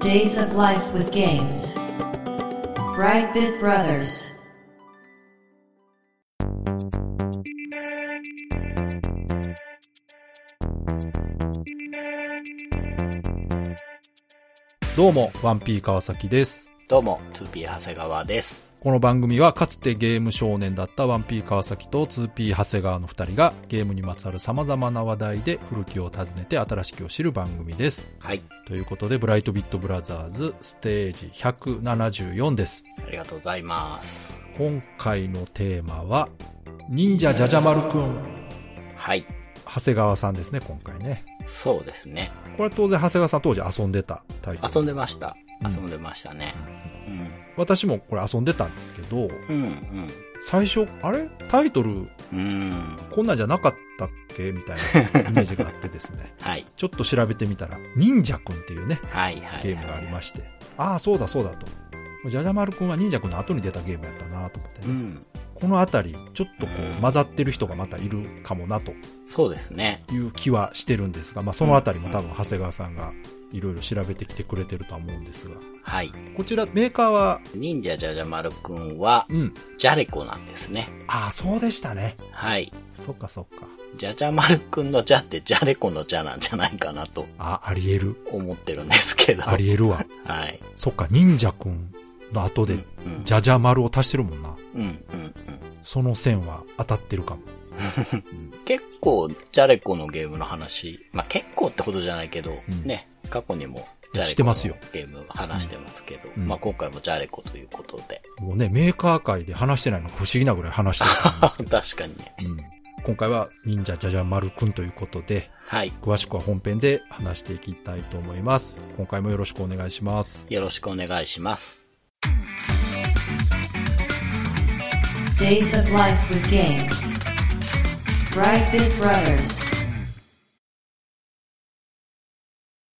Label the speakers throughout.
Speaker 1: Days of Life with Games. Brightbit Brothers.
Speaker 2: どうも、ワンピー川崎です。
Speaker 3: どうも、2P 長谷川です。
Speaker 2: この番組はかつてゲーム少年だったワンピー川崎と 2P 長谷川の2人がゲームにまつわる様々な話題で古きを訪ねて新しきを知る番組です。
Speaker 3: はい、
Speaker 2: ということで、ブライトビットブラザーズステージ174です。
Speaker 3: ありがとうございます。
Speaker 2: 今回のテーマは、忍者じゃじゃ丸くん。
Speaker 3: はい、
Speaker 2: 長谷川さんですね、今回ね。
Speaker 3: そうですね。
Speaker 2: これは当然長谷川さん当時遊んでたタイトル。
Speaker 3: 遊んでました。
Speaker 2: うん
Speaker 3: 遊んでましたね。
Speaker 2: 私もこれ遊んでたんですけど、
Speaker 3: うん、うん、
Speaker 2: 最初、あれタイトル
Speaker 3: うん。うん、
Speaker 2: こんなんじゃなかったっけみたい なイメージがあってですね。
Speaker 3: はい、
Speaker 2: ちょっと調べてみたら、忍者くんっていうね、
Speaker 3: はい、はい。
Speaker 2: ゲームがありまして。ああ、そうだそうだと。じゃじゃ丸くんは忍者くんの後に出たゲームやったなと思って
Speaker 3: う
Speaker 2: ね。
Speaker 3: ん、
Speaker 2: このあたり、ちょっとこ
Speaker 3: うん
Speaker 2: う混ざってる人がまたいるかもなと
Speaker 3: そうですね。
Speaker 2: いう気はしてるんですが、まあそのあたりも多分長谷川さんがいろいろ調べてきてくれてるとは思うんですが。
Speaker 3: はい。
Speaker 2: こちらメーカーは、
Speaker 3: 忍者じゃじゃ丸くんは、
Speaker 2: うん。
Speaker 3: ジャレコなんですね。
Speaker 2: ああ、そうでしたね。
Speaker 3: はい。
Speaker 2: そっかそっか。
Speaker 3: じゃじゃ丸くんのじゃってジャレコのじゃなんじゃないかなと
Speaker 2: ああ、ありえる。
Speaker 3: 思ってるんですけど。
Speaker 2: ありえるわ。
Speaker 3: はい。
Speaker 2: そっか、忍者くんの後で、
Speaker 3: うん、
Speaker 2: じゃじゃ丸を足してるもんな。
Speaker 3: うん、うん、うん。
Speaker 2: その線は当たってるかも。
Speaker 3: 結構、ジャレコのゲームの話、まあ結構ってほどじゃないけど、
Speaker 2: うん
Speaker 3: ね、過去にもジャレコの
Speaker 2: してますよ
Speaker 3: ゲーム話してますけど、
Speaker 2: うん
Speaker 3: まあ今回もジャレコということで、
Speaker 2: もうね、メーカー界で話してないのが不思議なぐらい話してるんですけど。
Speaker 3: 確かにね。
Speaker 2: うん今回は忍者じゃじゃ丸くんということで、
Speaker 3: はい。
Speaker 2: 詳しくは本編で話していきたいと思います。今回もよろしくお願いします。
Speaker 3: よろしくお願いします。
Speaker 1: Days of Life with Games. Brightbit Brothers.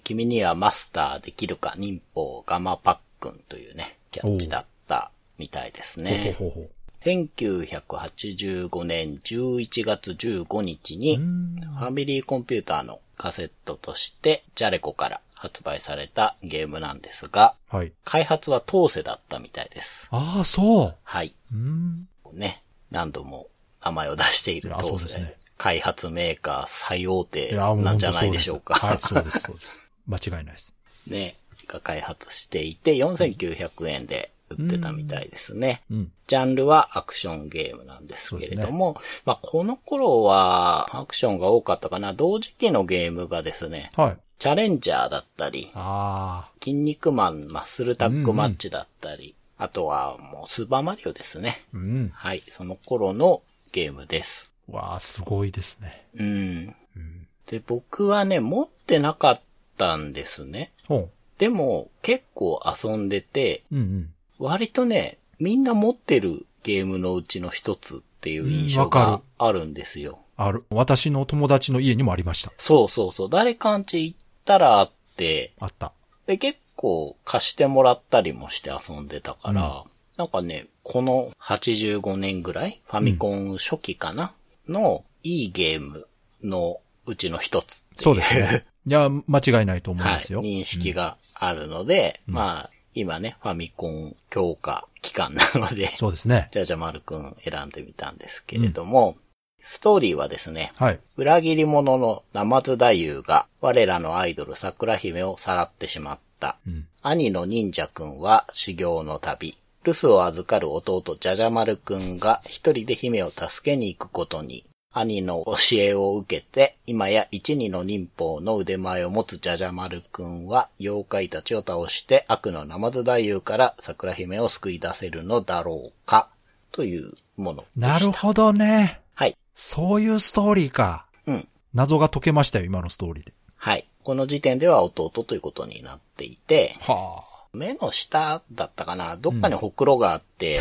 Speaker 3: 君にはマスターできるか、忍法ガマパックンというね、キャッチだったみたいですね。
Speaker 2: ほうほうほ
Speaker 3: 1985年11月15日
Speaker 2: う。
Speaker 3: に、
Speaker 2: うーん
Speaker 3: ファミリーコンピューターのカセットとして、ジャレコから発売されたゲームなんですが、
Speaker 2: はい。
Speaker 3: 開発は当世だったみたいです。
Speaker 2: ああ、そ
Speaker 3: はい。
Speaker 2: う。うーん。
Speaker 3: ね。何度も名前を出している
Speaker 2: いやそ
Speaker 3: 当
Speaker 2: うです
Speaker 3: 世。
Speaker 2: ね
Speaker 3: 開発メーカー最大手
Speaker 2: いや、もう
Speaker 3: なん
Speaker 2: 本
Speaker 3: じゃ
Speaker 2: 当
Speaker 3: な
Speaker 2: そ
Speaker 3: いうで
Speaker 2: です。
Speaker 3: しょうか。
Speaker 2: はい、そうです、そうです。 間違いないです。
Speaker 3: ね。が開発していて、4900円で売ってたみたいですね。
Speaker 2: うん。
Speaker 3: ジャンルはアクションゲームなんですけれども、まあこの頃はアクションが多かったかな。同時期のゲームがですね、
Speaker 2: はい。
Speaker 3: チャレンジャーだったり、
Speaker 2: あ
Speaker 3: 筋肉マンマッスルタックマッチだったり、あとはもうスーパーマリオですね。
Speaker 2: あ、うん。
Speaker 3: はい、その頃のゲームです。
Speaker 2: わあ、すごいですね。
Speaker 3: うん。
Speaker 2: うん。
Speaker 3: で、僕はね、持ってなかったんですね。
Speaker 2: ほ
Speaker 3: でも、結構遊んでて、
Speaker 2: う。うんうん。
Speaker 3: 割とね、みんな持ってるゲームのうちの一つっていう印
Speaker 2: う
Speaker 3: 象
Speaker 2: んわ
Speaker 3: が
Speaker 2: か
Speaker 3: あるんですよ。
Speaker 2: ある。私の友達の家にもありました。
Speaker 3: そうそうそう。誰かんち行ったらあって、
Speaker 2: あった。
Speaker 3: で、結構貸してもらったりもして遊んでたから、
Speaker 2: うん
Speaker 3: なんかね、この85年ぐらい、ファミコン初期かな、のいいゲームのうちの一つってい
Speaker 2: そうです ね。いや、間違いないと思い
Speaker 3: は
Speaker 2: ま
Speaker 3: い、
Speaker 2: すよ。
Speaker 3: 認識があるので、まあ、今ね、ファミコン強化期間なので、
Speaker 2: そうですね。
Speaker 3: じゃあじゃあ丸くん選んでみたんですけれども、ストーリーはですね、
Speaker 2: はい。
Speaker 3: 裏切り者のナマズ太夫が我らのアイドル桜姫をさらってしまった。
Speaker 2: うん。
Speaker 3: 兄の忍者くんは修行の旅。留守を預かる弟じゃじゃ丸くんが一人で姫を助けに行くことに、兄の教えを受けて、今や一二の忍法の腕前を持つじゃじゃ丸くんは、妖怪たちを倒して悪のナマズ太夫から桜姫を救い出せるのだろうか、というもの。
Speaker 2: なるほどね。
Speaker 3: はい。
Speaker 2: そういうストーリーか。
Speaker 3: うん。
Speaker 2: 謎が解けましたよ、今のストーリーで。
Speaker 3: はい。この時点では弟ということになっていて、
Speaker 2: は
Speaker 3: 目の下だったかなどっかにほくろがあって、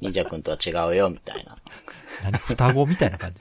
Speaker 3: 忍者くんとは違うよ、みたいな。
Speaker 2: あ。何双子みたいな感じ。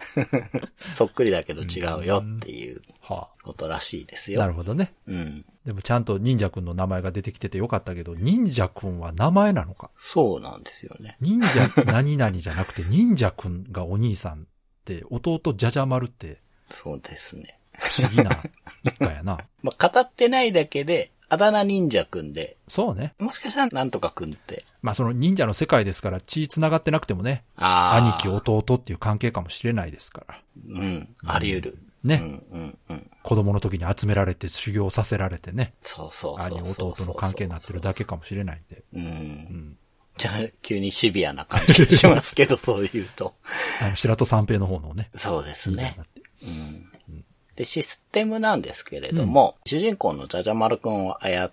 Speaker 3: そっくりだけど違うよっていう
Speaker 2: は
Speaker 3: ことらしいです
Speaker 2: あ。なる
Speaker 3: よ。
Speaker 2: ほどね。
Speaker 3: うん。
Speaker 2: でもちゃんと忍者くんの名前が出てきててよかったけど、忍者くんは名前なのか。
Speaker 3: そうなんですよね。
Speaker 2: 忍者 何々じゃなくて、忍者くんがお兄さんって、弟じゃじゃ丸って
Speaker 3: そうですね。
Speaker 2: 不思議な一家やな。
Speaker 3: まあ、語ってないだけで、あだ名忍者くんで、
Speaker 2: そうね。
Speaker 3: もしかしたらなんとかくんって。
Speaker 2: まあその忍者の世界ですから血繋がってなくてもね、兄
Speaker 3: ああ。
Speaker 2: 貴弟っていう関係かもしれないですから。
Speaker 3: うん。あり得る。
Speaker 2: ね、
Speaker 3: うんうんうん。
Speaker 2: 子供の時に集められて修行させられてね、
Speaker 3: そうそうそうそう
Speaker 2: 兄弟の関係になってるだけかもしれないんで、
Speaker 3: う。
Speaker 2: うんん。
Speaker 3: じゃあ、急にシビアな感じがしますけど、そう言うと。
Speaker 2: あの、白戸三平の方のね、
Speaker 3: そうです
Speaker 2: 忍者に
Speaker 3: ね
Speaker 2: な。って。
Speaker 3: うんで、システムなんですけれども、主人公のジャジャマルくんを操っ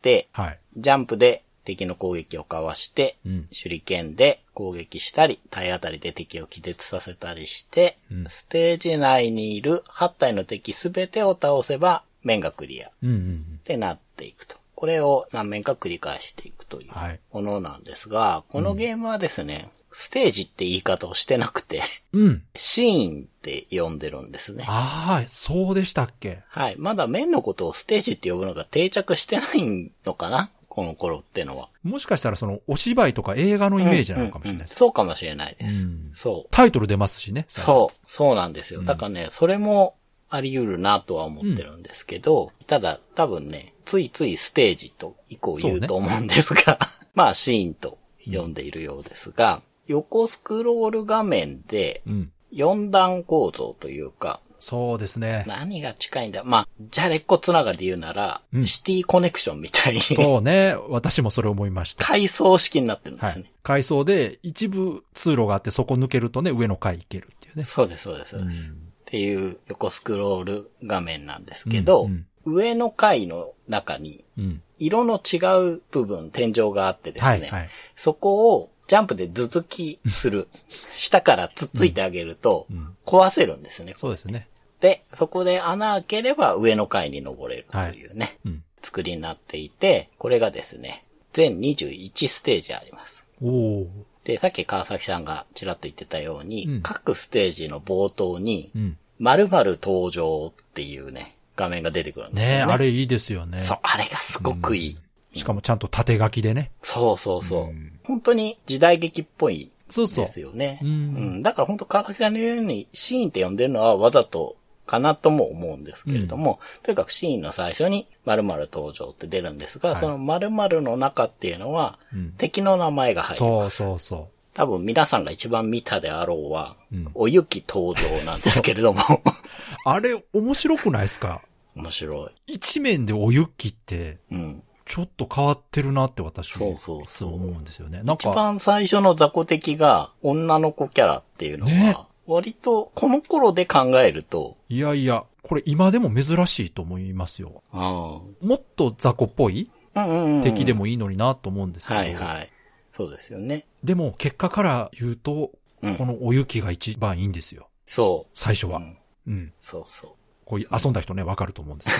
Speaker 3: て、
Speaker 2: はい。
Speaker 3: ジャンプで敵の攻撃をかわして、
Speaker 2: うん。
Speaker 3: 手裏剣で攻撃したり、体当たりで敵を気絶させたりして、
Speaker 2: うん
Speaker 3: ステージ内にいる8体の敵すべてを倒せば、面がクリアっ
Speaker 2: うんうんうん。
Speaker 3: てなっていくと。これを何面か繰り返していくという
Speaker 2: はい。
Speaker 3: ものなんですが、このゲームはですね、ステージって言い方をしてなくて、
Speaker 2: うん。
Speaker 3: シーンって呼んでるんですね。
Speaker 2: ああ、そうでしたっけ
Speaker 3: はい。まだ面のことをステージって呼ぶのが定着してないのかなこの頃ってのは。
Speaker 2: もしかしたらそのお芝居とか映画のイメージなのかもしれない
Speaker 3: うんうん
Speaker 2: です。
Speaker 3: そうかもしれないで
Speaker 2: う
Speaker 3: す。
Speaker 2: ん
Speaker 3: そう。
Speaker 2: タイトル出ますしね。
Speaker 3: そう、そうなんですよ。
Speaker 2: うん
Speaker 3: だからね、それもあり得るなとは思ってるんですけど、ただ多分ね、ついついステージと以降言
Speaker 2: そう
Speaker 3: う
Speaker 2: ね
Speaker 3: と思うんです が、まあシーンと読んでいるようですが、横スクロール画面で
Speaker 2: う。うん。
Speaker 3: 4段構造というか、
Speaker 2: そうですね。
Speaker 3: 何が近いんだまあ、じゃれっこつながりで言うなら、
Speaker 2: うん
Speaker 3: シティコネクションみたいに、
Speaker 2: そうね。私もそれ思いました。
Speaker 3: 階層式になってるんで
Speaker 2: は
Speaker 3: すね
Speaker 2: い。。階層で一部通路があってそこ抜けるとね、上の階行けるっていうね。
Speaker 3: そうです、そうです、そう
Speaker 2: う
Speaker 3: です。
Speaker 2: ん
Speaker 3: っていう横スクロール画面なんですけど、
Speaker 2: うん
Speaker 3: 上の階の中に
Speaker 2: うん。
Speaker 3: 色の違う部分、天井があってですね、
Speaker 2: はい、はい。
Speaker 3: そこをジャンプで続き する。下からつっついてあげると
Speaker 2: うん、
Speaker 3: 壊せるんですね。
Speaker 2: そうですね。
Speaker 3: で、そこで穴開ければ上の階に登れるというね、
Speaker 2: うん。
Speaker 3: 作りになっていて、これがですね、全21ステージあります。
Speaker 2: おお。
Speaker 3: で、さっき川崎さんがちらっと言ってたように、
Speaker 2: うん
Speaker 3: 各ステージの冒頭に
Speaker 2: う、ん。
Speaker 3: 〇〇登場っていうね、画面が出てくるんですよ
Speaker 2: ねえ、
Speaker 3: ね
Speaker 2: あれいいですよね。
Speaker 3: そう、あれがすごくいい。
Speaker 2: しかもちゃんと縦書きでね。
Speaker 3: そうそうそう。
Speaker 2: うん
Speaker 3: 本当に時代劇っぽい
Speaker 2: そうそう
Speaker 3: です。よね。
Speaker 2: うん
Speaker 3: んだから本当川崎さんの言うように、シーンって呼んでるのはわざとかなとも思うんですけれども、とにかくシーンの最初に〇〇登場って出るんですが、
Speaker 2: はい
Speaker 3: その〇〇の中っていうのは、
Speaker 2: うん
Speaker 3: 敵の名前が入る。
Speaker 2: そうそうそ
Speaker 3: 多分皆さんが一番見たであろうは、
Speaker 2: うん
Speaker 3: おゆき登場なんですけれども、
Speaker 2: う。あれ面白くないですか
Speaker 3: 面白い。
Speaker 2: 一面でおゆきって、
Speaker 3: うん。
Speaker 2: ちょっと変わってるなって私、
Speaker 3: そうそうそう
Speaker 2: いつも思うんですよね。なん
Speaker 3: 一
Speaker 2: か、
Speaker 3: 番最初の雑魚敵が女の子キャラっていうのは、
Speaker 2: ね
Speaker 3: 割とこの頃で考えると、
Speaker 2: いやいや、これ今でも珍しいと思いますよ。
Speaker 3: うん、
Speaker 2: もっと雑魚っぽい
Speaker 3: うんうんうん
Speaker 2: 敵でもいいのになと思うんですけど。
Speaker 3: はいはい。そうですよね。
Speaker 2: でも、結果から言うと、
Speaker 3: うん
Speaker 2: このおゆきが一番いいんですよ。
Speaker 3: そ
Speaker 2: 最初
Speaker 3: う。う
Speaker 2: は。
Speaker 3: ん、
Speaker 2: うん。
Speaker 3: そうそう。
Speaker 2: こういう遊んだ人ね、わかると思うん です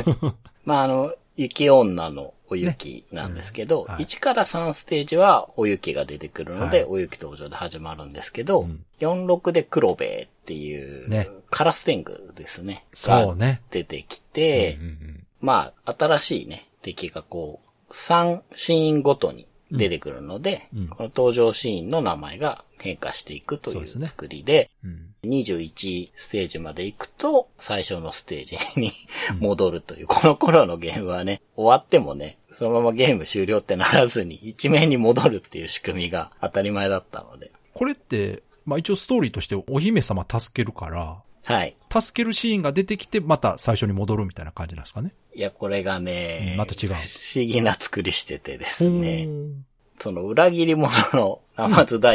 Speaker 2: けど。
Speaker 3: まあ、あの、雪女のお雪なんですけど、
Speaker 2: ねうんはい
Speaker 3: 1から3ステージはお雪が出てくるので、
Speaker 2: はい
Speaker 3: お雪登場で始まるんですけど、
Speaker 2: うん
Speaker 3: 46で黒部っていう、
Speaker 2: ね
Speaker 3: カラステングですね。
Speaker 2: そう
Speaker 3: が
Speaker 2: ね。
Speaker 3: 出てきて、
Speaker 2: うんうん
Speaker 3: まあ、新しいね、敵がこう、3シーンごとに出てくるので、
Speaker 2: うんうん
Speaker 3: この登場シーンの名前が変化していくと
Speaker 2: そう
Speaker 3: い
Speaker 2: ですね
Speaker 3: う作りで、
Speaker 2: うんうん
Speaker 3: 21ステージまで行くと、最初のステージに戻るという、この頃のゲームはね、終わってもね、そのままゲーム終了ってならずに、一面に戻るっていう仕組みが当たり前だったので。
Speaker 2: これって、まあ一応ストーリーとしてお姫様助けるから、
Speaker 3: はい。
Speaker 2: 助けるシーンが出てきて、また最初に戻るみたいな感じなんですかね。
Speaker 3: いや、これがね、
Speaker 2: また違う
Speaker 3: 不思議な作りしててですね、
Speaker 2: ほー
Speaker 3: その裏切り者の 生津太夫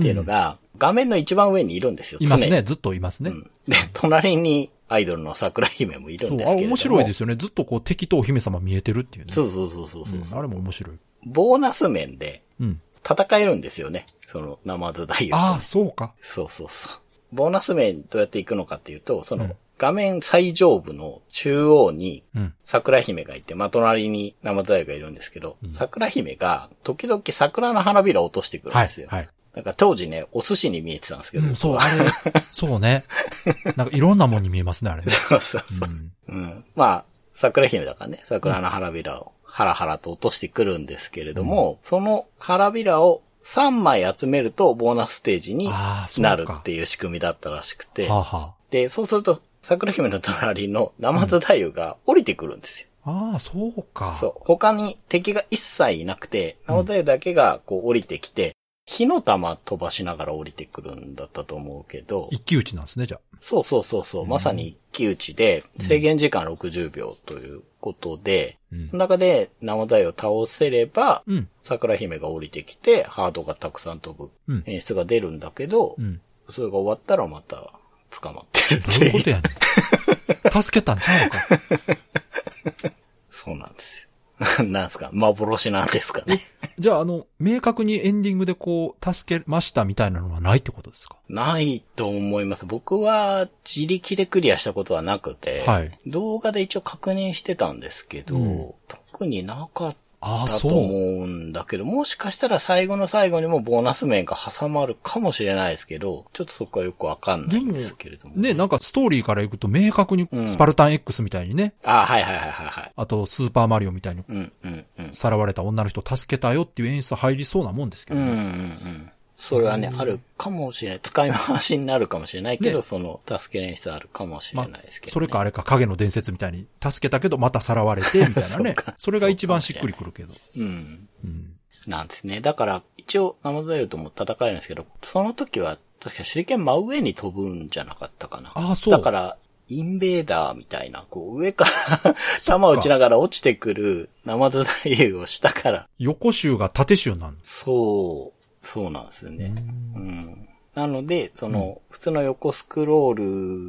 Speaker 3: っていうのが、画面の一番上にいるんですよ、
Speaker 2: います
Speaker 3: 常に
Speaker 2: ね。ずっといますね。
Speaker 3: うんで、隣にアイドルの桜姫もいる
Speaker 2: そ
Speaker 3: ん
Speaker 2: う、
Speaker 3: です
Speaker 2: あ
Speaker 3: けれども。。
Speaker 2: 面白いですすよね。ずっとこう敵とお姫様見えてるっていうね。
Speaker 3: そうそうそうそうそう、
Speaker 2: うんあれも面白い。
Speaker 3: ボーナス面で
Speaker 2: うん。
Speaker 3: 戦えるんですよね。その、生津太夫。
Speaker 2: ああ、そうか。
Speaker 3: そうそうそう。ボーナス面どうやっていくのかっていうと、その、
Speaker 2: うん
Speaker 3: 画面最上部の中央に
Speaker 2: うん。
Speaker 3: 桜姫がいて、まあ、隣に生津太夫がいるんですけど、桜姫が時々桜の花びらを落としてくるん
Speaker 2: はい
Speaker 3: ですよ。。
Speaker 2: はい。
Speaker 3: なんか当時ね、お寿司に見えてたんですけど。
Speaker 2: うん、そう、あれ、そうね。なんかいろんなもんに見えますね、あれね。
Speaker 3: そうそうそうう。
Speaker 2: ん。
Speaker 3: うん。まあ、桜姫だからね、桜の花びらをハラハラと落としてくるんですけれども、その花びらを3枚集めるとボーナスステージに
Speaker 2: ああ、そうか。
Speaker 3: なるっていう仕組みだったらしくて
Speaker 2: は、あ、は
Speaker 3: で、そうすると桜姫の隣の生津太夫が降りてくるんですよ。
Speaker 2: あ、ああ、そうか。
Speaker 3: そう。他に敵が一切いなくて、直太だけがこう降りてきて、火の玉飛ばしながら降りてくるんだったと思うけど、
Speaker 2: 一騎打ちなんですね、じゃ
Speaker 3: そうそうそうそう、
Speaker 2: うん
Speaker 3: まさに一騎打ちで、
Speaker 2: うん
Speaker 3: 制限時間60秒ということで、
Speaker 2: あ。うん
Speaker 3: そ。の中で直太を倒せれば、
Speaker 2: うん。
Speaker 3: 桜姫が降りてきて、ハードがたくさん飛ぶ
Speaker 2: うん。
Speaker 3: 演出が出るんだけど、
Speaker 2: うん。
Speaker 3: それが終わったらまた捕まってる
Speaker 2: ど
Speaker 3: っ
Speaker 2: う
Speaker 3: て
Speaker 2: いう
Speaker 3: い
Speaker 2: こ
Speaker 3: う。
Speaker 2: とやね ん。助けたんちゃうのか。
Speaker 3: そうなんですよ。 なんすか幻なんです かね。
Speaker 2: じゃあ、あの、明確にエンディングでこう、助けましたみたいなのはないってことですか
Speaker 3: ないと思います。僕は自力でクリアしたことはなくて、
Speaker 2: はい
Speaker 3: 動画で一応確認してたんですけど、
Speaker 2: うん
Speaker 3: 特になかっ
Speaker 2: ああ、
Speaker 3: たと
Speaker 2: そ
Speaker 3: 思
Speaker 2: う。
Speaker 3: うんだけど、もしかしたら最後の最後にもボーナス面が挟まるかもしれないですけど、ちょっとそこはよくわかんないんですけれども。
Speaker 2: ね、なんかストーリーからいくと明確に
Speaker 3: うん
Speaker 2: スパルタン X みたいにね、
Speaker 3: あはいはいはいはいはい。
Speaker 2: あとスーパーマリオみたいに
Speaker 3: うんうんうん。
Speaker 2: さらわれた女の人助けたよっていう演出入りそうなもんですけ
Speaker 3: うん
Speaker 2: ど
Speaker 3: うんう
Speaker 2: ね。
Speaker 3: ん。それはね、あるかもしれない。使い回しになるかもしれないけど、
Speaker 2: ね
Speaker 3: その、助け演出あるかもしれないですけど、ね
Speaker 2: それかあれか影の伝説みたいに助けたけどまたさらわれてみたいな
Speaker 3: そう
Speaker 2: ね
Speaker 3: か。
Speaker 2: それが一番しっくりくるけど。
Speaker 3: うん。
Speaker 2: うん。
Speaker 3: なんですね。だから、一応、ナマズダイオとも戦えるんですけど、その時は、確か手裏剣真上に飛ぶんじゃなかったかな。
Speaker 2: ああ、そう。
Speaker 3: だから、インベーダーみたいな、こう、上から弾打ちながら落ちてくるナマズダイオを下から、
Speaker 2: 横州が縦州なんです
Speaker 3: そう、そうなんですよね。
Speaker 2: ね。
Speaker 3: うんなので、その、普通の横スクロー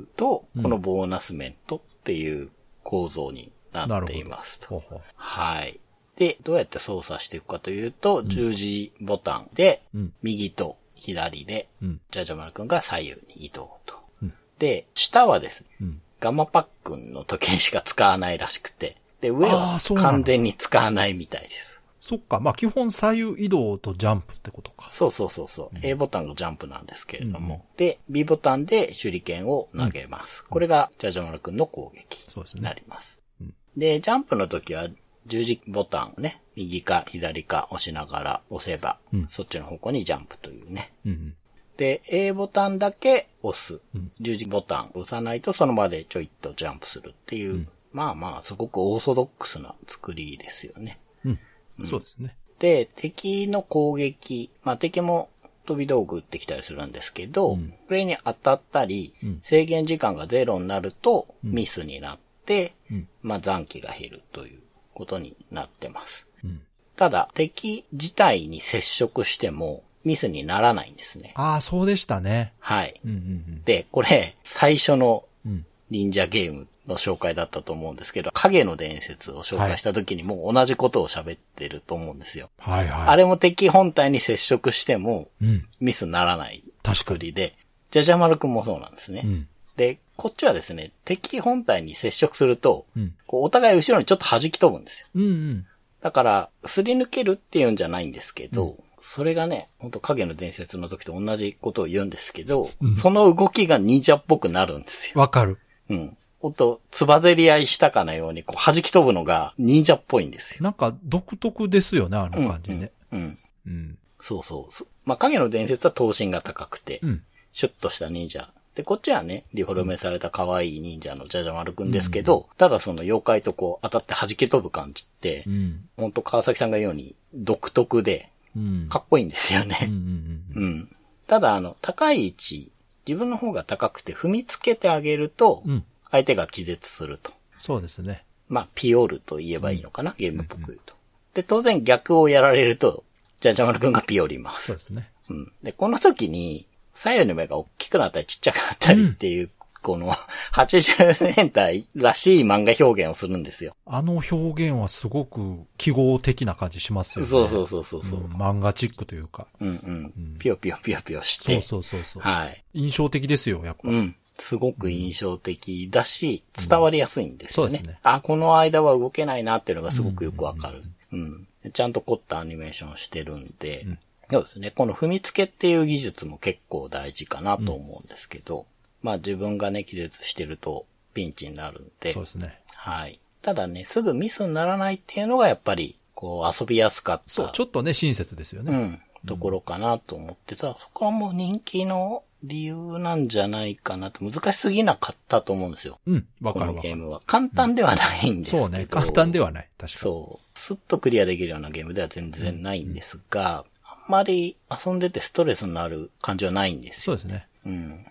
Speaker 3: ルと、このボーナス面とっていう構造になっていますと。
Speaker 2: ほうほう
Speaker 3: はい。で、どうやって操作していくかというと、十字ボタンで、
Speaker 2: うん。
Speaker 3: 右と左で、
Speaker 2: うん。
Speaker 3: ジャジャマルくんが左右に移動と。
Speaker 2: うん
Speaker 3: で、下はですね、
Speaker 2: うん。
Speaker 3: ガマパックンの時計しか使わないらしくて、で、上
Speaker 2: あー
Speaker 3: は
Speaker 2: そうなんだ
Speaker 3: 完全に使わないみたいです。
Speaker 2: そっか。まあ、基本左右移動とジャンプってことか。
Speaker 3: そうそうそうそう、
Speaker 2: うん
Speaker 3: A ボタンがジャンプなんですけれども。
Speaker 2: うん
Speaker 3: で、B ボタンで手裏剣を投げます。これが、ジャジャマルくんの攻撃
Speaker 2: そうです
Speaker 3: にな
Speaker 2: ね。
Speaker 3: ります。
Speaker 2: うん
Speaker 3: で、ジャンプの時は、十字ボタンをね、右か左か押しながら押せば、
Speaker 2: うん
Speaker 3: そっちの方向にジャンプというね。
Speaker 2: うん。
Speaker 3: で、A ボタンだけ押す。
Speaker 2: うん
Speaker 3: 十字ボタン押さないとその場でちょいっとジャンプするっていう、
Speaker 2: うん
Speaker 3: まあまあ、すごくオーソドックスな作りですよね。
Speaker 2: うん。そうですね。
Speaker 3: で、敵の攻撃、まあ敵も飛び道具打ってきたりするんですけど、
Speaker 2: うん
Speaker 3: これに当たったり、
Speaker 2: うん
Speaker 3: 制限時間がゼロになると
Speaker 2: うん
Speaker 3: ミスになって、
Speaker 2: うん。
Speaker 3: まあ残機が減るということになってます。
Speaker 2: うん。
Speaker 3: ただ、敵自体に接触してもミスにならないんですね。
Speaker 2: ああ、そうでしたね。
Speaker 3: はい。
Speaker 2: うんうん
Speaker 3: で、これ、最初の
Speaker 2: うん。うん。
Speaker 3: 忍者ゲームの紹介だったと思うんですけど、影の伝説を紹介した時にもう同じことを喋ってると思うんですよ。
Speaker 2: はいはい。
Speaker 3: あれも敵本体に接触しても
Speaker 2: うん。
Speaker 3: ミスならない
Speaker 2: 確か
Speaker 3: 作
Speaker 2: に。
Speaker 3: りで、じゃじゃ丸くんもそうなんですね。
Speaker 2: うん。
Speaker 3: で、こっちはですね、敵本体に接触すると、
Speaker 2: うん。
Speaker 3: こうお互い後ろにちょっと弾き飛ぶんですよ。
Speaker 2: うんうん。
Speaker 3: だから、すり抜けるっていうんじゃないんですけど、それがね、ほんと影の伝説の時と同じことを言うんですけど、
Speaker 2: うん
Speaker 3: その動きが忍者っぽくなるんですよ。
Speaker 2: わかる。
Speaker 3: うん。ほんと、つばぜり合いしたかのように、こう、弾き飛ぶのが忍者っぽいんですよ。
Speaker 2: なんか独特ですよね、あの感じね。
Speaker 3: うん。うん。
Speaker 2: うん。
Speaker 3: そうそうそまあ、影の伝説は頭身が高くて、
Speaker 2: うん。
Speaker 3: シュッとした忍者。で、こっちはね、リフォルメされた可愛い忍者のジャジャ丸くんですけど、ただその妖怪とこう当たって弾け飛ぶ感じって、
Speaker 2: うん。
Speaker 3: ほんと川崎さんが言うように独特で、
Speaker 2: うん。
Speaker 3: かっこいいんですよ
Speaker 2: うんう
Speaker 3: ね。
Speaker 2: ん
Speaker 3: うん。ただあの、高い位置、自分の方が高くて踏みつけてあげると
Speaker 2: うん。う、ん。
Speaker 3: 相手が気絶すると。
Speaker 2: そうですね。
Speaker 3: まあ、ピオールと言えばいいのかな、ゲームっぽく言うと。で、当然逆をやられると、ジャジャ丸くんがピオります。
Speaker 2: そうですね。
Speaker 3: うん。で、この時に、左右の目が大きくなったりちっちゃくなったりっていう、この、80年代らしい漫画表現をするんですよ。
Speaker 2: あの表現はすごく記号的な感じしますよね。
Speaker 3: そうそうそうそうそうう。
Speaker 2: ん漫画チックというか。
Speaker 3: うんうん。ピヨピヨピヨピヨして。
Speaker 2: そうそうそうそう。
Speaker 3: はい。
Speaker 2: 印象的ですよ、やっぱ。
Speaker 3: うん。すごく印象的だし、伝わりやすいんですよ
Speaker 2: うん
Speaker 3: ね。
Speaker 2: そうですね
Speaker 3: あ、この間は動けないなっていうのがすごくよくわかる。うん。ちゃんと凝ったアニメーションしてるんで、
Speaker 2: うん
Speaker 3: そうですね。この踏みつけっていう技術も結構大事かなと思うんですけど、まあ自分がね、気絶してるとピンチになるんで
Speaker 2: そう、ですね。
Speaker 3: はい。ただね、すぐミスにならないっていうのがやっぱり、こう遊びやすかった。
Speaker 2: そう、ちょっとね、親切ですよ
Speaker 3: う
Speaker 2: ね。
Speaker 3: ん、ところかなと思ってた。そこはもう人気の理由なんじゃないかなと、難しすぎなかったと思うんですよ。
Speaker 2: うん、わ
Speaker 3: こ
Speaker 2: かる
Speaker 3: の
Speaker 2: わか
Speaker 3: ゲー
Speaker 2: る。
Speaker 3: ムは。簡単ではないんですけど、
Speaker 2: そうね、簡単で
Speaker 3: は
Speaker 2: はない。確かに。
Speaker 3: そう。スッとクリアできるようなゲームでは全然ないんですが、あんまり遊んでてストレスのある感じはないんです
Speaker 2: そう
Speaker 3: よ。
Speaker 2: ですね。
Speaker 3: うん。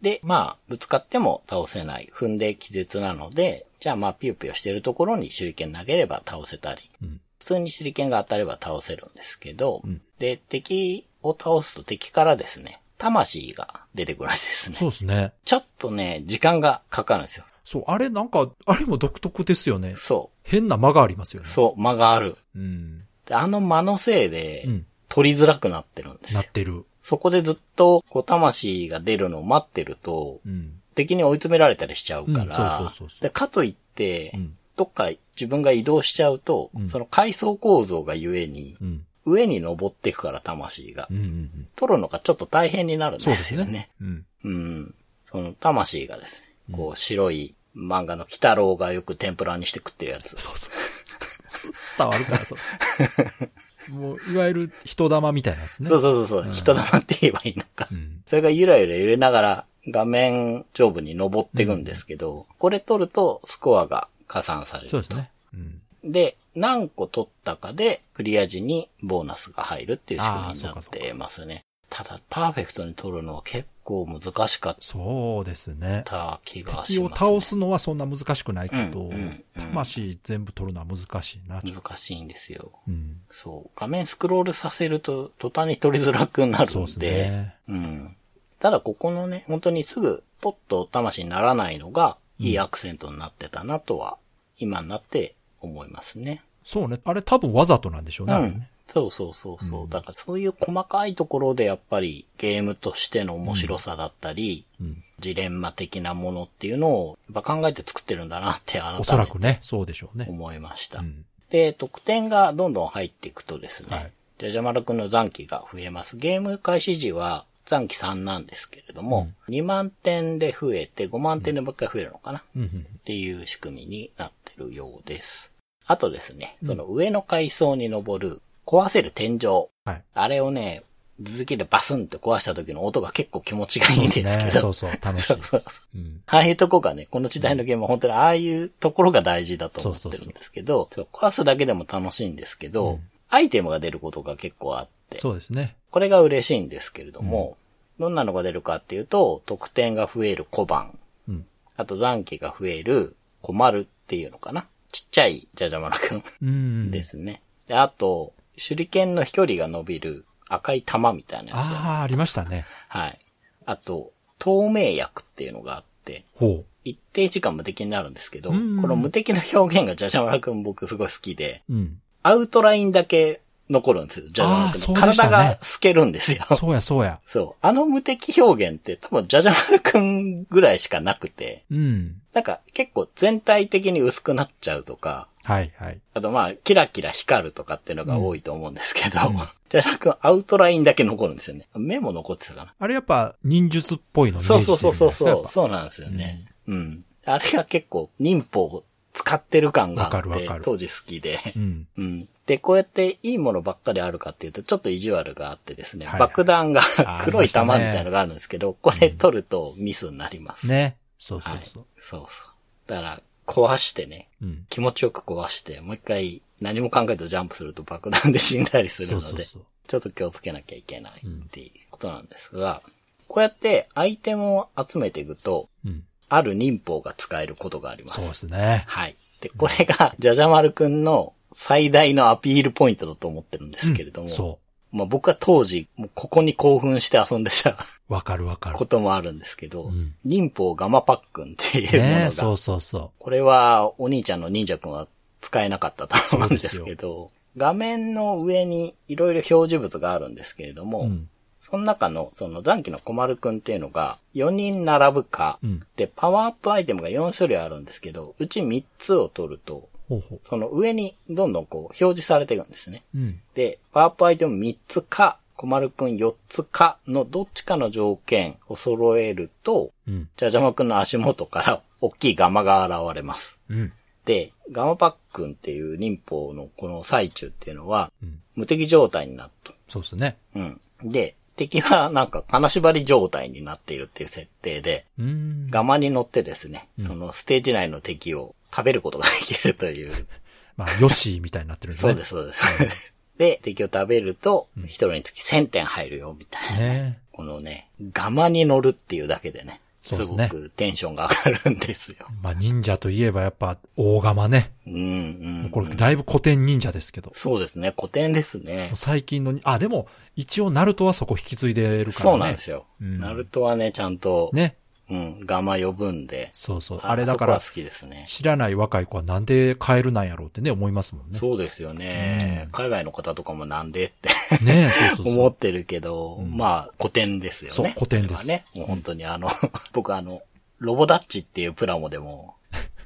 Speaker 3: で、まあ、ぶつかっても倒せない。踏んで気絶なので、じゃあまあ、ピューピューしてるところに手裏剣投げれば倒せたり、
Speaker 2: うん。
Speaker 3: 普通に手裏剣が当たれば倒せるんですけど、
Speaker 2: うん
Speaker 3: で、敵を倒すと敵からですね、魂が出てくるんですね
Speaker 2: そ。うですね。
Speaker 3: ちょっとね、時間がかかるんですよ。
Speaker 2: そう、あれなんか、あれも独特ですよね。
Speaker 3: そ
Speaker 2: 変な間がありますよ
Speaker 3: う。
Speaker 2: ね。
Speaker 3: そう、間がある。
Speaker 2: う。うん。
Speaker 3: であの間のせいで、
Speaker 2: うん。
Speaker 3: 取りづらくなってるんです
Speaker 2: な
Speaker 3: よ
Speaker 2: っ。てる。
Speaker 3: そこでずっと、こう、魂が出るのを待ってると、
Speaker 2: うん。
Speaker 3: 敵に追い詰められたりしちゃうか
Speaker 2: うんそう
Speaker 3: ら
Speaker 2: そうそうそ、う
Speaker 3: でかといって、
Speaker 2: うん。
Speaker 3: どっか自分が移動しちゃうと、
Speaker 2: うん
Speaker 3: その階層構造がゆえに、
Speaker 2: うん。
Speaker 3: 上に登っていくから、魂が。
Speaker 2: うん。うんうん。
Speaker 3: 取るのがちょっと大変になるん
Speaker 2: そう
Speaker 3: で
Speaker 2: ですす
Speaker 3: よね。
Speaker 2: ね。うん。
Speaker 3: うん。その魂がですね、
Speaker 2: う
Speaker 3: こう、白い漫画の鬼太郎がよく天ぷらにして食ってるやつ。
Speaker 2: そうそう。伝わるから、そ れ。もう、いわゆる人玉みたいなやつね。
Speaker 3: そうそうそうそう、人玉って言えばいいのか。
Speaker 2: うん。
Speaker 3: それがゆらゆら揺れながら画面上部に登っていくんですけど、これ取るとスコアが加算される
Speaker 2: そ
Speaker 3: と。
Speaker 2: うですね。うん。
Speaker 3: で、何個取ったかでクリア時にボーナスが入るっていう仕組
Speaker 2: あ
Speaker 3: み
Speaker 2: ー
Speaker 3: に
Speaker 2: そう
Speaker 3: な
Speaker 2: か
Speaker 3: っ
Speaker 2: そうか
Speaker 3: てますね。ただ、パーフェクトに取るのは結構難しかっ
Speaker 2: そうですね。
Speaker 3: た気がします、ね。
Speaker 2: 敵を倒すのはそんな難しくないけ
Speaker 3: う
Speaker 2: ど
Speaker 3: んうん、うん
Speaker 2: 魂全部取るのは難しいな、ちょっと。
Speaker 3: 難しいんですよ。
Speaker 2: うん。
Speaker 3: そう。画面スクロールさせると途端に取りづらくなるんで。
Speaker 2: そうですね。
Speaker 3: うん。ただここのね、本当にすぐポッと魂にならないのがいいアクセントになってたなとは、今になって思いますね。
Speaker 2: そうね。あれ多分わざとなんでしょう
Speaker 3: う
Speaker 2: ね、あれ
Speaker 3: ん
Speaker 2: ね。。
Speaker 3: そうそうそうそう。
Speaker 2: うん
Speaker 3: だからそういう細かいところでやっぱりゲームとしての面白さだったり、
Speaker 2: うん。
Speaker 3: ジレンマ的なものっていうのをやっぱ考えて作ってるんだなって改
Speaker 2: おそら
Speaker 3: め
Speaker 2: く
Speaker 3: て
Speaker 2: ね、そうでしょうね。
Speaker 3: 思いました。
Speaker 2: うん。
Speaker 3: で、得点がどんどん入っていくとですね、
Speaker 2: はい
Speaker 3: じゃじゃ丸くんの残機が増えます。ゲーム開始時は残機3なんですけれども、2万点で増えて5万点でもう一回増えるのかな、
Speaker 2: うんうん。
Speaker 3: っていう仕組みになってるようです。あとですね、その上の階層に登る壊せる天井。
Speaker 2: はい
Speaker 3: あれをね、続きでバスンって壊した時の音が結構気持ちがいいんですけ
Speaker 2: ね。
Speaker 3: ど、
Speaker 2: そうそう、楽しい。
Speaker 3: そうそう
Speaker 2: うん。
Speaker 3: ああいうとこがね、この時代のゲームは本当にああいうところが大事だと思ってるんですけど、壊すだけでも楽しいんですけ
Speaker 2: う
Speaker 3: ど、
Speaker 2: ん
Speaker 3: アイテムが出ることが結構あって、
Speaker 2: そうですね。
Speaker 3: これが嬉しいんですけれども、どんなのが出るかっていうと、得点が増える小判、
Speaker 2: うん。
Speaker 3: あと残機が増える小丸っていうのかな。ちっちゃいじゃじゃ丸くん
Speaker 2: うん。
Speaker 3: ですね。であと、手裏剣の飛距離が伸びる赤い玉みたいなやつが。
Speaker 2: ああ、ありましたね。
Speaker 3: はい。あと、透明薬っていうのがあって、
Speaker 2: ほ
Speaker 3: 一定時間無敵になるんですけど、こ
Speaker 2: うん
Speaker 3: の無敵の表現がジャジャマラ君僕すごい好きで、
Speaker 2: う。うん。
Speaker 3: アウトラインだけ残るんですよ、ジャジャマラ
Speaker 2: あー
Speaker 3: 君
Speaker 2: そ
Speaker 3: の。
Speaker 2: うでした
Speaker 3: 体
Speaker 2: ね
Speaker 3: が透けるんですよ。
Speaker 2: そうや、そうや。
Speaker 3: そう。あの無敵表現って多分ジャジャマラ君ぐらいしかなくて、
Speaker 2: うん。
Speaker 3: なんか結構全体的に薄くなっちゃうとか、
Speaker 2: はい、はい。
Speaker 3: あとまあ、キラキラ光るとかっていうのが多いと思うんですけど、
Speaker 2: うん
Speaker 3: ジャジャマラ君アウトラインだけ残るんですよね。目も残ってたかな。
Speaker 2: あれやっぱ忍術っぽいのイメ
Speaker 3: そ
Speaker 2: ー
Speaker 3: う
Speaker 2: ジ
Speaker 3: そう
Speaker 2: して
Speaker 3: そ
Speaker 2: る
Speaker 3: うん
Speaker 2: じゃ
Speaker 3: そ
Speaker 2: な
Speaker 3: う
Speaker 2: いですかやっぱ
Speaker 3: そう、そうなんですよね。うん。あれが結構、忍法を使ってる感があ
Speaker 2: わかる
Speaker 3: っ
Speaker 2: わ
Speaker 3: て
Speaker 2: か、る
Speaker 3: 当時好 きで。
Speaker 2: うん。
Speaker 3: うん。で、こうやっていいものばっかりあるかっていうと、ちょっと意地悪があってですね、
Speaker 2: はいはい
Speaker 3: 爆弾が
Speaker 2: あー
Speaker 3: 黒い玉みたいなのがあるんですけど、これ取るとミスになります。。
Speaker 2: ね。そうそ
Speaker 3: は
Speaker 2: う
Speaker 3: い。そ
Speaker 2: そうう。
Speaker 3: そう。だから、壊してね、
Speaker 2: うん。
Speaker 3: 気持ちよく壊して、もう一回何も考えずジャンプすると爆弾で死んだりする
Speaker 2: そ
Speaker 3: の
Speaker 2: う
Speaker 3: で、
Speaker 2: そうそう。
Speaker 3: ちょっと気をつけなきゃいけないっていうことなんですが、こうやってアイテムを集めていくと、
Speaker 2: うん。
Speaker 3: ある忍法が使えることがあります。
Speaker 2: そうですね。
Speaker 3: はい。で、これが、じゃじゃ丸くんの最大のアピールポイントだと思ってるんですけれども、
Speaker 2: そ
Speaker 3: まあ僕は当時、もうここに興奮して遊んでた
Speaker 2: う。わかるわかる
Speaker 3: こ。ともあるんですけど、
Speaker 2: うん
Speaker 3: 忍法ガマパックンっていうものが、
Speaker 2: ねそうそうそ
Speaker 3: これはお兄ちゃんの忍者くんは使えなかったと思うんです
Speaker 2: そう
Speaker 3: け
Speaker 2: で
Speaker 3: ど、画面の上にいろいろ表示物があるんですけれども、
Speaker 2: う。うん。
Speaker 3: その中のその残機の小丸くんっていうのが4人並ぶか、
Speaker 2: うん。
Speaker 3: で、パワーアップアイテムが4種類あるんですけど、うち3つを取ると、
Speaker 2: ほうほ
Speaker 3: その上にどんどんこう表示されていくんですね。
Speaker 2: う。うん。
Speaker 3: で、パワーアップアイテム3つか、小丸くん4つかのどっちかの条件を揃えると、
Speaker 2: うん。
Speaker 3: じゃじゃまくんの足元から大きいガマが現れます。
Speaker 2: うん。
Speaker 3: で、ガマパックンっていう忍法のこの最中っていうのは、
Speaker 2: うん。
Speaker 3: 無敵状態になると。
Speaker 2: そうですね。
Speaker 3: うん。で、敵はなんか金縛り状態になっているっていう設定で、
Speaker 2: うーん。
Speaker 3: ガマに乗ってですね、
Speaker 2: うん
Speaker 3: そのステージ内の敵を食べることができるという。
Speaker 2: まあ、ヨッシーみたいになってるんです
Speaker 3: そ
Speaker 2: ね。
Speaker 3: うです、そうです。 で、敵を食べると、一人につき1000点入るよ、みたいな。
Speaker 2: ね
Speaker 3: このね、ガマに乗るっていうだけでね、す
Speaker 2: そうです
Speaker 3: ご
Speaker 2: ね
Speaker 3: くテンションが上がるんですよ。
Speaker 2: まあ、忍者といえばやっぱ、大釜ね。
Speaker 3: うん、うんうん。
Speaker 2: これ、だいぶ古典忍者ですけど。
Speaker 3: そうですね、古典ですね。
Speaker 2: 最近のに、あ、でも、一応、ナルトはそこ引き継いでるからね。
Speaker 3: そうなんですよ。
Speaker 2: うん
Speaker 3: ナルトはね、ちゃんと、
Speaker 2: ね。
Speaker 3: うん、ガマ呼ぶんで。
Speaker 2: そうそう。あれだか
Speaker 3: あ
Speaker 2: ら
Speaker 3: そこ、は好きですね。
Speaker 2: 知らない若い子はなんでカエルなんやろうってね、思いますもんね。
Speaker 3: そうですよね。海外の方とかもなんでって
Speaker 2: ねそうそうそう。
Speaker 3: 思ってるけど、
Speaker 2: うん
Speaker 3: まあ、古典ですよね。
Speaker 2: そう古典です
Speaker 3: これはね、もう本当にあの、 僕あの、ロボダッチっていうプラモでも、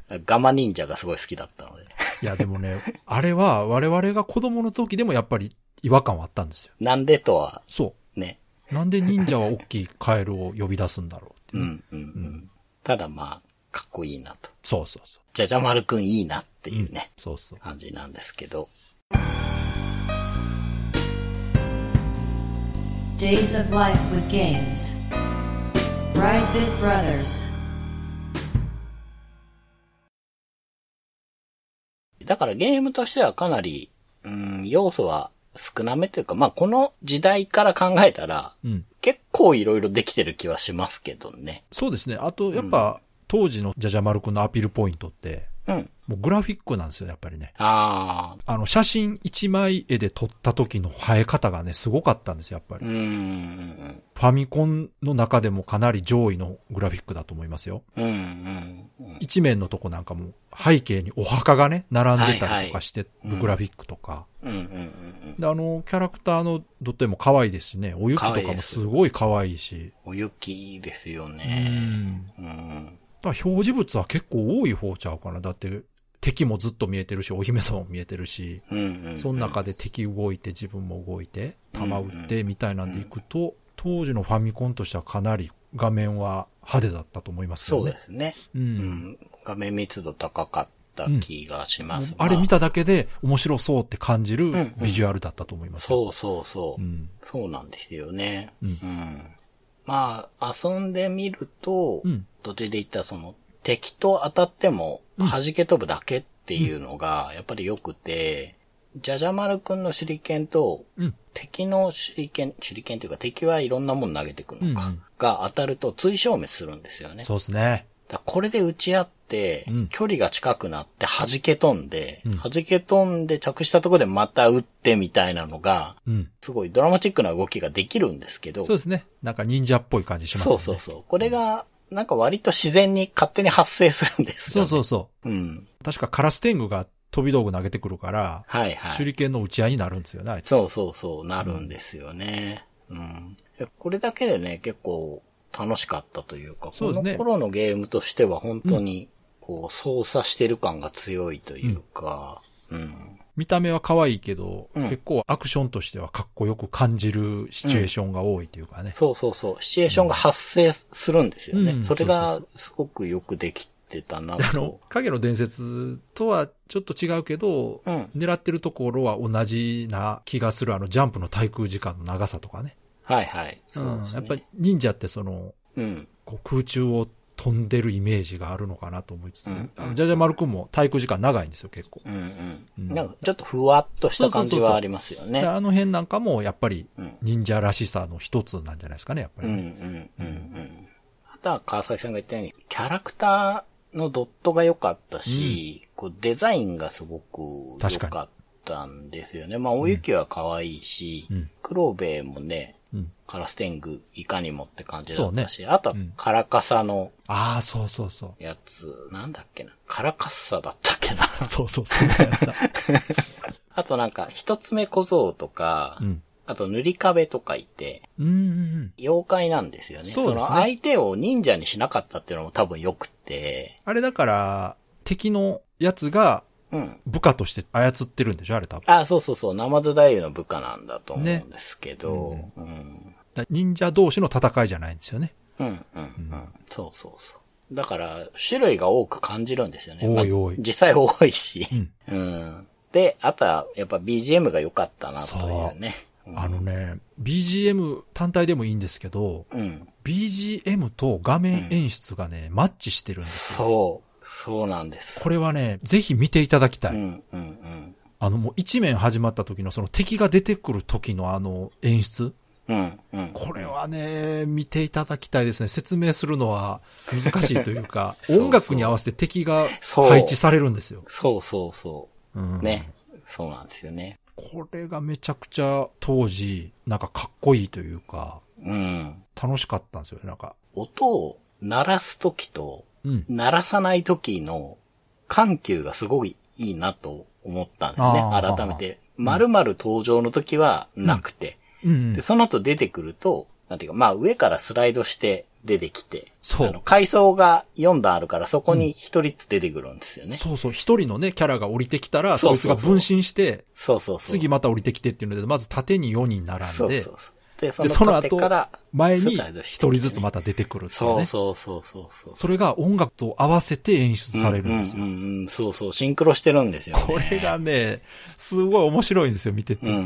Speaker 3: ガマ忍者がすごい好きだったので。
Speaker 2: いや、でもね、 あれは我々が子供の時でもやっぱり違和感はあったんですよ。
Speaker 3: なんでとは、
Speaker 2: そ
Speaker 3: ね。
Speaker 2: う。なんで忍者は大きいカエルを呼び出すんだろうって
Speaker 3: う
Speaker 2: ね、
Speaker 3: ん、うん、うん。ただまあ、かっこいいなと。
Speaker 2: そうそうそ
Speaker 3: じゃじゃ丸くんいいなって
Speaker 2: う。
Speaker 3: いうね、
Speaker 2: うんそうそう。
Speaker 3: 感じなんですけど。
Speaker 1: Days of Life with Games. Bride Bit Brothers.
Speaker 3: だからゲームとしてはかなり、うん、要素は少なめというか、まあこの時代から考えたら、
Speaker 2: うん。
Speaker 3: 結構いろいろできてる気はしますけどね。
Speaker 2: そうですね。あと、やっぱ、当時のジャジャマル君のアピールポイントって、
Speaker 3: うん。
Speaker 2: もうグラフィックなんですよ、やっぱりね。
Speaker 3: ああ、
Speaker 2: あの、写真1枚絵で撮った時の生え方がね、すごかったんですよ、やっぱ
Speaker 3: う
Speaker 2: り。
Speaker 3: ーん。
Speaker 2: ファミコンの中でもかなり上位のグラフィックだと思いますよ。
Speaker 3: うん、うん、うん。
Speaker 2: 一面のとこなんかも背景にお墓がね、並んでたりとかして
Speaker 3: いは
Speaker 2: る
Speaker 3: い
Speaker 2: グラフィックとか。
Speaker 3: うん、うん、うん。
Speaker 2: で、あの、キャラクターのドット絵も可愛いですしね、お雪と
Speaker 3: 可愛
Speaker 2: か
Speaker 3: いで
Speaker 2: も
Speaker 3: す
Speaker 2: すごい可愛いし。
Speaker 3: お雪ですよ
Speaker 2: う
Speaker 3: ね。
Speaker 2: ん
Speaker 3: うん。
Speaker 2: だから表示物は結構多い方ちゃうかな。だって、敵もずっと見えてるし、お姫様も見えてるし、
Speaker 3: うん、うんうん。
Speaker 2: その中で敵動いて自分も動いて、弾撃ってみたいなんでいくと、当時のファミコンとしてはかなり画面は派手だったと思いますけ
Speaker 3: そ
Speaker 2: ど
Speaker 3: う
Speaker 2: ね
Speaker 3: で。すね。
Speaker 2: う。
Speaker 3: うんん。画面密度高かった気がします。
Speaker 2: あれ見
Speaker 3: ま
Speaker 2: ただけで面白そうって感じ
Speaker 3: んう
Speaker 2: る
Speaker 3: ん
Speaker 2: ビジュアルだったと思いま
Speaker 3: あ
Speaker 2: す。
Speaker 3: そうそうそう。
Speaker 2: うん。
Speaker 3: そうなんですよね。
Speaker 2: うん
Speaker 3: まあ、遊んでみると、
Speaker 2: うん
Speaker 3: 途中で言ったその、敵と当たっても弾け飛ぶだけっていうのが、やっぱり良くて、じゃじゃ丸くんの手裏剣と、
Speaker 2: うん。
Speaker 3: 敵の手裏剣、手裏剣というか敵はいろんなもの投げてくるのか、
Speaker 2: うんうん
Speaker 3: が当たると追消滅するんですよね。
Speaker 2: そうですね。
Speaker 3: だこれで打ち合って
Speaker 2: うん、
Speaker 3: 距離が近くなって弾け飛んで、
Speaker 2: うん
Speaker 3: 弾け飛んで着したところでまた打ってみたいなのが、
Speaker 2: うん。
Speaker 3: すごいドラマチックな動きができるんですけど、
Speaker 2: そうですね。なんか忍者っぽい感じします
Speaker 3: そ
Speaker 2: よ
Speaker 3: う
Speaker 2: ね。
Speaker 3: そうそう。これが、なんか割と自然に勝手に発生するんです
Speaker 2: そ
Speaker 3: よ、
Speaker 2: う
Speaker 3: ね。
Speaker 2: そううそ
Speaker 3: そう。うん。
Speaker 2: う。確かカラステングが飛び道具投げてくるから、
Speaker 3: はいはい。
Speaker 2: 手裏剣の打ち合いになるんですよね、あいつ。
Speaker 3: そうそうそう、なるんですよね。うん。これだけでね、結構楽しかったというか、
Speaker 2: そうですね
Speaker 3: この頃のゲームとしては本当に、こう、操作してる感が強いというか、うん。
Speaker 2: 見た目は可愛いけど、
Speaker 3: うん
Speaker 2: 結構アクションとしてはかっこよく感じるシチュエーションが多いというかね。
Speaker 3: そうそうそう、シチュエーションが発生するんですよね。
Speaker 2: うん
Speaker 3: それ
Speaker 2: そう
Speaker 3: が
Speaker 2: そ
Speaker 3: すごくよくできてたな
Speaker 2: であの
Speaker 3: と。、
Speaker 2: 影の伝説とはちょっと違うけど、
Speaker 3: うん。
Speaker 2: 狙ってるところは同じな気がするあのジャンプの滞空時間の長さとかね。
Speaker 3: はいはい。そう
Speaker 2: う
Speaker 3: で
Speaker 2: ん。
Speaker 3: すね
Speaker 2: やっぱり、忍者ってその、
Speaker 3: うん。
Speaker 2: こう空中を飛んでるイメージがあるのかなと思いつつ、
Speaker 3: うん
Speaker 2: あのジャジャマル君も滞空時間長いんですよ、結構。
Speaker 3: うんう
Speaker 2: うん
Speaker 3: ん。なんかちょっとふわっとした感じはありますよ
Speaker 2: で
Speaker 3: ね。
Speaker 2: あの辺なんかもやっぱり
Speaker 3: うん
Speaker 2: 忍者らしさの一つなんじゃないですかね、やっぱ
Speaker 3: う
Speaker 2: り
Speaker 3: んう
Speaker 2: ね、
Speaker 3: んうんうん。あとは川崎さんが言ったように、キャラクターのドットが良かったし、こうデザインがすごく良かったんですよね。まあ、お雪は可愛いし、
Speaker 2: うん
Speaker 3: クロベもね、
Speaker 2: うん
Speaker 3: カラステングいかにもって感じだった
Speaker 2: そ
Speaker 3: し、あとは
Speaker 2: うん
Speaker 3: カラカサの
Speaker 2: ああ、そうそうそ
Speaker 3: やつ、なんだっけな、カラカッサだったっけな。
Speaker 2: う。 そうそうそう。やった
Speaker 3: あとなんか、一つ目小僧とか、
Speaker 2: うん。
Speaker 3: あと塗り壁とかいて、
Speaker 2: うんうん。
Speaker 3: 妖怪なんですよね。
Speaker 2: そうですね
Speaker 3: の相手を忍者にしなかったっていうのも多分良くて、
Speaker 2: あれだから、敵のやつが
Speaker 3: うん。
Speaker 2: 部下として操ってるんでしょあれ多分。
Speaker 3: あ、そうそうそう、ナマズ大夫の部下なんだと思うんですけど、
Speaker 2: ね
Speaker 3: うん。
Speaker 2: だ忍者同士の戦いじゃないんですよね。
Speaker 3: うん、うん、うん。そうそうそう。だから、種類が多く感じるんですよね。
Speaker 2: 多い多い
Speaker 3: まあ実際多いし
Speaker 2: う。ん。
Speaker 3: うん。で、あとは、やっぱ BGM が良かったなというね。
Speaker 2: あのね、BGM 単体でもいいんですけど、
Speaker 3: うん。
Speaker 2: BGM と画面演出がね、マッチしてるんですよ。
Speaker 3: そう。そうなんです。
Speaker 2: これはね、ぜひ見ていただきた
Speaker 3: う
Speaker 2: い。
Speaker 3: ん、うん、うん。
Speaker 2: あのもう一面始まった時のその敵が出てくる時のあの演出。
Speaker 3: うん、うん。
Speaker 2: これはね、見ていただきたいですね。説明するのは難しいというか、
Speaker 3: そうそう
Speaker 2: 音楽に合わせて敵が
Speaker 3: そう
Speaker 2: 配置されるんですよ。
Speaker 3: そうそうそ
Speaker 2: うん
Speaker 3: う。ね。そうなんですよね。
Speaker 2: これがめちゃくちゃ当時、なんかかっこいいというか、
Speaker 3: うん。
Speaker 2: 楽しかったんですよね、なんか。
Speaker 3: 音を鳴らすときと、
Speaker 2: うん。
Speaker 3: 鳴らさない時の緩急がすごいいいなと思ったんです
Speaker 2: あー
Speaker 3: ね。改めて。まるまる登場の時はなくて、
Speaker 2: うんう
Speaker 3: で、
Speaker 2: ん。
Speaker 3: その後出てくると、なんていうか、まあ上からスライドして出てきて、
Speaker 2: そう
Speaker 3: あの階層が4段あるからそこに一人ずつ出てくるんですよね。
Speaker 2: そうそう、一人のね、キャラが降りてきたら、そ
Speaker 3: そ
Speaker 2: いうつ
Speaker 3: そ
Speaker 2: が
Speaker 3: うそう
Speaker 2: 分身して、
Speaker 3: そうそうそう。
Speaker 2: 次また降りてきてっていうので、まず縦に4人並ん
Speaker 3: そうそう
Speaker 2: で
Speaker 3: そ、う。で、そ
Speaker 2: でその
Speaker 3: の
Speaker 2: 後
Speaker 3: 後から、
Speaker 2: 前に
Speaker 3: スライドして
Speaker 2: 一人ずつまた出てくるっていう
Speaker 3: そう
Speaker 2: ね。
Speaker 3: そうそうそうそう。
Speaker 2: それが音楽と合わせて演出されるんですよ
Speaker 3: うん。うんうんうん、そうそう、シンクロしてるんですよね。
Speaker 2: これがね、すごい面白いんですよ、見てて。
Speaker 3: うん。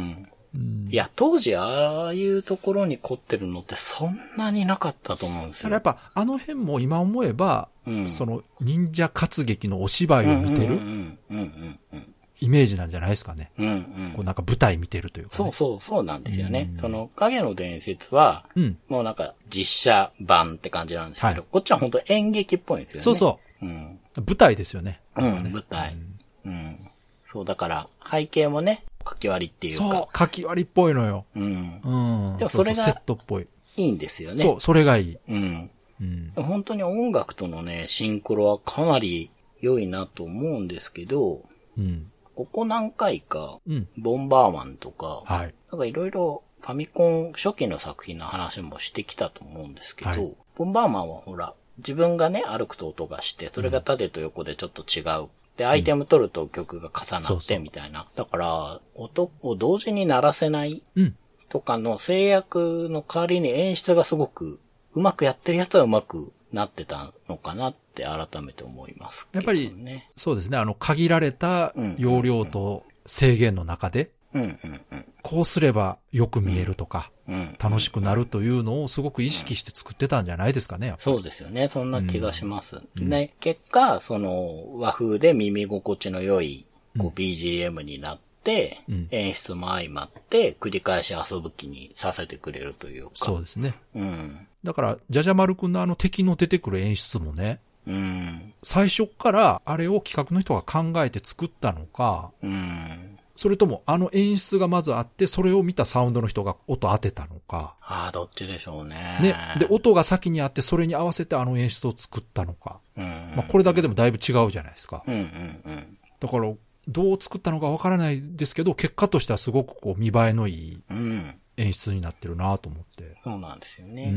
Speaker 2: うん
Speaker 3: いや、当時ああいうところに凝ってるのってそんなになかったと思うんです
Speaker 2: た
Speaker 3: よ。
Speaker 2: だやっぱ、あの辺も今思えば、
Speaker 3: うん
Speaker 2: その忍者活劇のお芝居を見て
Speaker 3: う
Speaker 2: る
Speaker 3: んうんうんうん
Speaker 2: イメージなんじゃないですかね。
Speaker 3: うん。うん
Speaker 2: こ
Speaker 3: う。
Speaker 2: うんなんか舞台見てるというか、
Speaker 3: そう
Speaker 2: ね。
Speaker 3: そう、そうなんですよね。
Speaker 2: うん
Speaker 3: その、影の伝説は、
Speaker 2: うん。
Speaker 3: もうなんか実写版って感じなんですけど、
Speaker 2: はい
Speaker 3: こっちは本当演劇っぽいんですよね。。
Speaker 2: そうそう
Speaker 3: うん。
Speaker 2: う。舞台ですよね。
Speaker 3: うん、舞台、うん。そう、だから、背景もね、書き割りっていうか。
Speaker 2: そう、かき割りっぽいのよ。
Speaker 3: うん。
Speaker 2: うん。
Speaker 3: でも
Speaker 2: そう
Speaker 3: それが
Speaker 2: そうセットっぽい。
Speaker 3: いいんですよね。
Speaker 2: そう、それがいい。
Speaker 3: うん。
Speaker 2: うん。
Speaker 3: 本当に音楽とのね、シンクロはかなり良いなと思うんですけど、
Speaker 2: うん。
Speaker 3: ここ何回か、
Speaker 2: うん。
Speaker 3: ボンバーマンとか、
Speaker 2: はい。
Speaker 3: なんかいろいろファミコン初期の作品の話もしてきたと思うんですけど、
Speaker 2: はい
Speaker 3: ボンバーマンはほら、自分がね、歩くと音がして、それが縦と横でちょっと違う。で、アイテム取ると曲が重
Speaker 2: そ
Speaker 3: な
Speaker 2: う
Speaker 3: っ
Speaker 2: そう
Speaker 3: てみたいな。だから、音を同時に鳴らせない
Speaker 2: うん。
Speaker 3: とかの制約の代わりに演出がすごく、うまくやってるやつはうまくなってたのかなって改めて思いますけど、ね。
Speaker 2: やっぱそうですね。あの、限られた
Speaker 3: うん
Speaker 2: 容量と制限の中で、
Speaker 3: うんうんうん。
Speaker 2: こうすればよく見えるとか、
Speaker 3: うん。
Speaker 2: 楽しくなるというのをすごく意識して作ってたんじゃないですかね。やっぱ
Speaker 3: そうですよね。そんな気がします。
Speaker 2: うん
Speaker 3: ね、結果、その、和風で耳心地の良い、
Speaker 2: うん
Speaker 3: こう、BGM になって、
Speaker 2: うん
Speaker 3: 演出も相まって、繰り返し遊ぶ気にさせてくれるというか。
Speaker 2: そうですね。
Speaker 3: うん。
Speaker 2: だから、じゃじゃ丸くんのあの敵の出てくる演出もね、
Speaker 3: うん。
Speaker 2: 最初からあれを企画の人が考えて作ったのか、
Speaker 3: うん。
Speaker 2: それともあの演出がまずあって、それを見たサウンドの人が音当てたのか、
Speaker 3: ああ、どっちでしょうね。
Speaker 2: ね。で、音が先にあって、それに合わせてあの演出を作ったのか。
Speaker 3: うん。
Speaker 2: まあ、これだけでもだいぶ違うじゃないですか。
Speaker 3: うんうんうん。
Speaker 2: だから、どう作ったのかわからないですけど、結果としてはすごくこう見栄えのいい
Speaker 3: うん。
Speaker 2: 演出になってるなと思って。
Speaker 3: そうなんですよ
Speaker 2: う
Speaker 3: ね。
Speaker 2: ん
Speaker 3: う。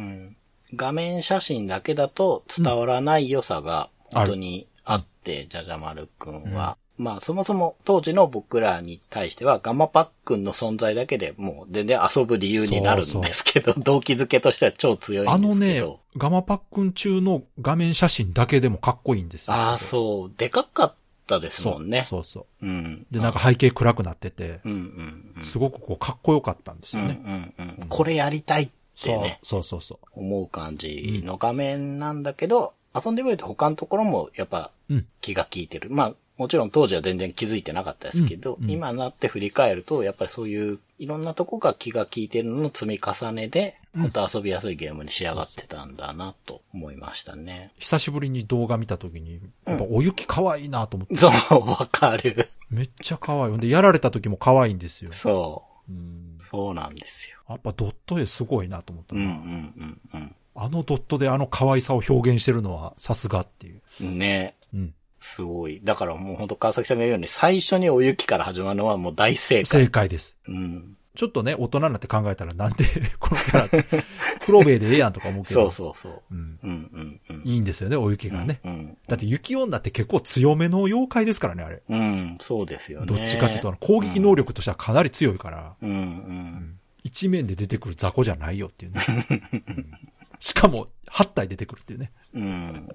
Speaker 3: ん。画面写真だけだと伝わらない良さが本当にあって、じゃじゃ丸くんは。まあそもそも当時の僕らに対してはガマパックンの存在だけでもう全然遊ぶ理由になるんですけど、動機づけとしては超強いんですけど。
Speaker 2: あのね、ガマパックン中の画面写真だけでもかっこいいんですよ。
Speaker 3: ああ、そう、でかかったですもんね。。
Speaker 2: そうそう
Speaker 3: ん。
Speaker 2: う。で、なんか背景暗くなってて
Speaker 3: う、んうんうん。
Speaker 2: すごくこうかっこよかったんです
Speaker 3: う
Speaker 2: よ
Speaker 3: んう
Speaker 2: ね。
Speaker 3: んうん。これやりたいって
Speaker 2: そう
Speaker 3: ね、
Speaker 2: そうそうそ
Speaker 3: 思う感じの画面なんだけど、遊んでみると他のところもやっぱ
Speaker 2: う。うん。
Speaker 3: 気が利いてる。まあ、もちろん当時は全然気づいてなかったですけど、
Speaker 2: うんうん
Speaker 3: 今になって振り返ると、やっぱりそういういろんなとこが気が利いてるのの積み重ねで、
Speaker 2: うん
Speaker 3: また遊びやすいゲームに仕上がってたんだなと思いましたね。
Speaker 2: 久しぶりに動画見た時に、やっぱお雪可愛いなと思って、
Speaker 3: そう、わかる。
Speaker 2: めっちゃ可愛い。ほんで、やられた時も可愛いんですよ。
Speaker 3: そ
Speaker 2: うん
Speaker 3: う、そうなんですよ。
Speaker 2: やっぱドット絵すごいなと思った
Speaker 3: うん
Speaker 2: な、
Speaker 3: うんうん
Speaker 2: あのドットであの可愛さを表現してるのはさすがっていう。
Speaker 3: うん。ね。
Speaker 2: うん。
Speaker 3: すごい。だからもう本当川崎さんが言うように、最初にお雪から始まるのはもう大正解。
Speaker 2: 正解です。
Speaker 3: うん。
Speaker 2: ちょっとね、大人になって考えたらなんで このキ ャラ、黒部でええやんとか思うけ
Speaker 3: そ
Speaker 2: ど。
Speaker 3: うそうそう。
Speaker 2: うん。
Speaker 3: うんうんうん。
Speaker 2: いいんですよね、お雪がね。
Speaker 3: うん。
Speaker 2: だって雪女って結構強めの妖怪ですからね、あれ。
Speaker 3: うん、そうですよね。
Speaker 2: どっちかというと、あの攻撃能力としてはかなり強いから、
Speaker 3: うんうん。
Speaker 2: 一面で出てくる雑魚じゃないよって いうね。うんしかも、8体出てくるっていうね。
Speaker 3: うん。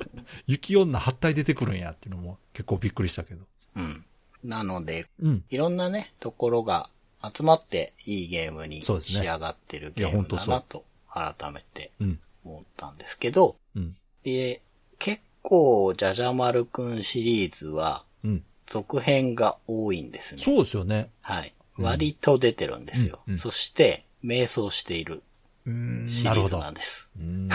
Speaker 2: 雪女8体出てくるんやっていうのも結構びっくりしたけど。
Speaker 3: うん。なので、
Speaker 2: うん。
Speaker 3: いろんなね、ところが集まっていいゲームに
Speaker 2: そうですね
Speaker 3: 仕上がってる
Speaker 2: い
Speaker 3: ゲ
Speaker 2: や
Speaker 3: ーム
Speaker 2: ほんと
Speaker 3: だ
Speaker 2: そう
Speaker 3: なと改めて
Speaker 2: うん。
Speaker 3: 思ったんですけど、
Speaker 2: うん。
Speaker 3: で、結構じゃじゃ丸くんシリーズは
Speaker 2: うん。
Speaker 3: 続編が多いんですね。
Speaker 2: そうですよね。
Speaker 3: はい。
Speaker 2: うん
Speaker 3: 割と出てるんですよ。
Speaker 2: うんうん
Speaker 3: そして、迷走している
Speaker 2: うん
Speaker 3: シリ
Speaker 2: なるほ
Speaker 3: ーズ
Speaker 2: ど。
Speaker 3: なんです。
Speaker 2: うーん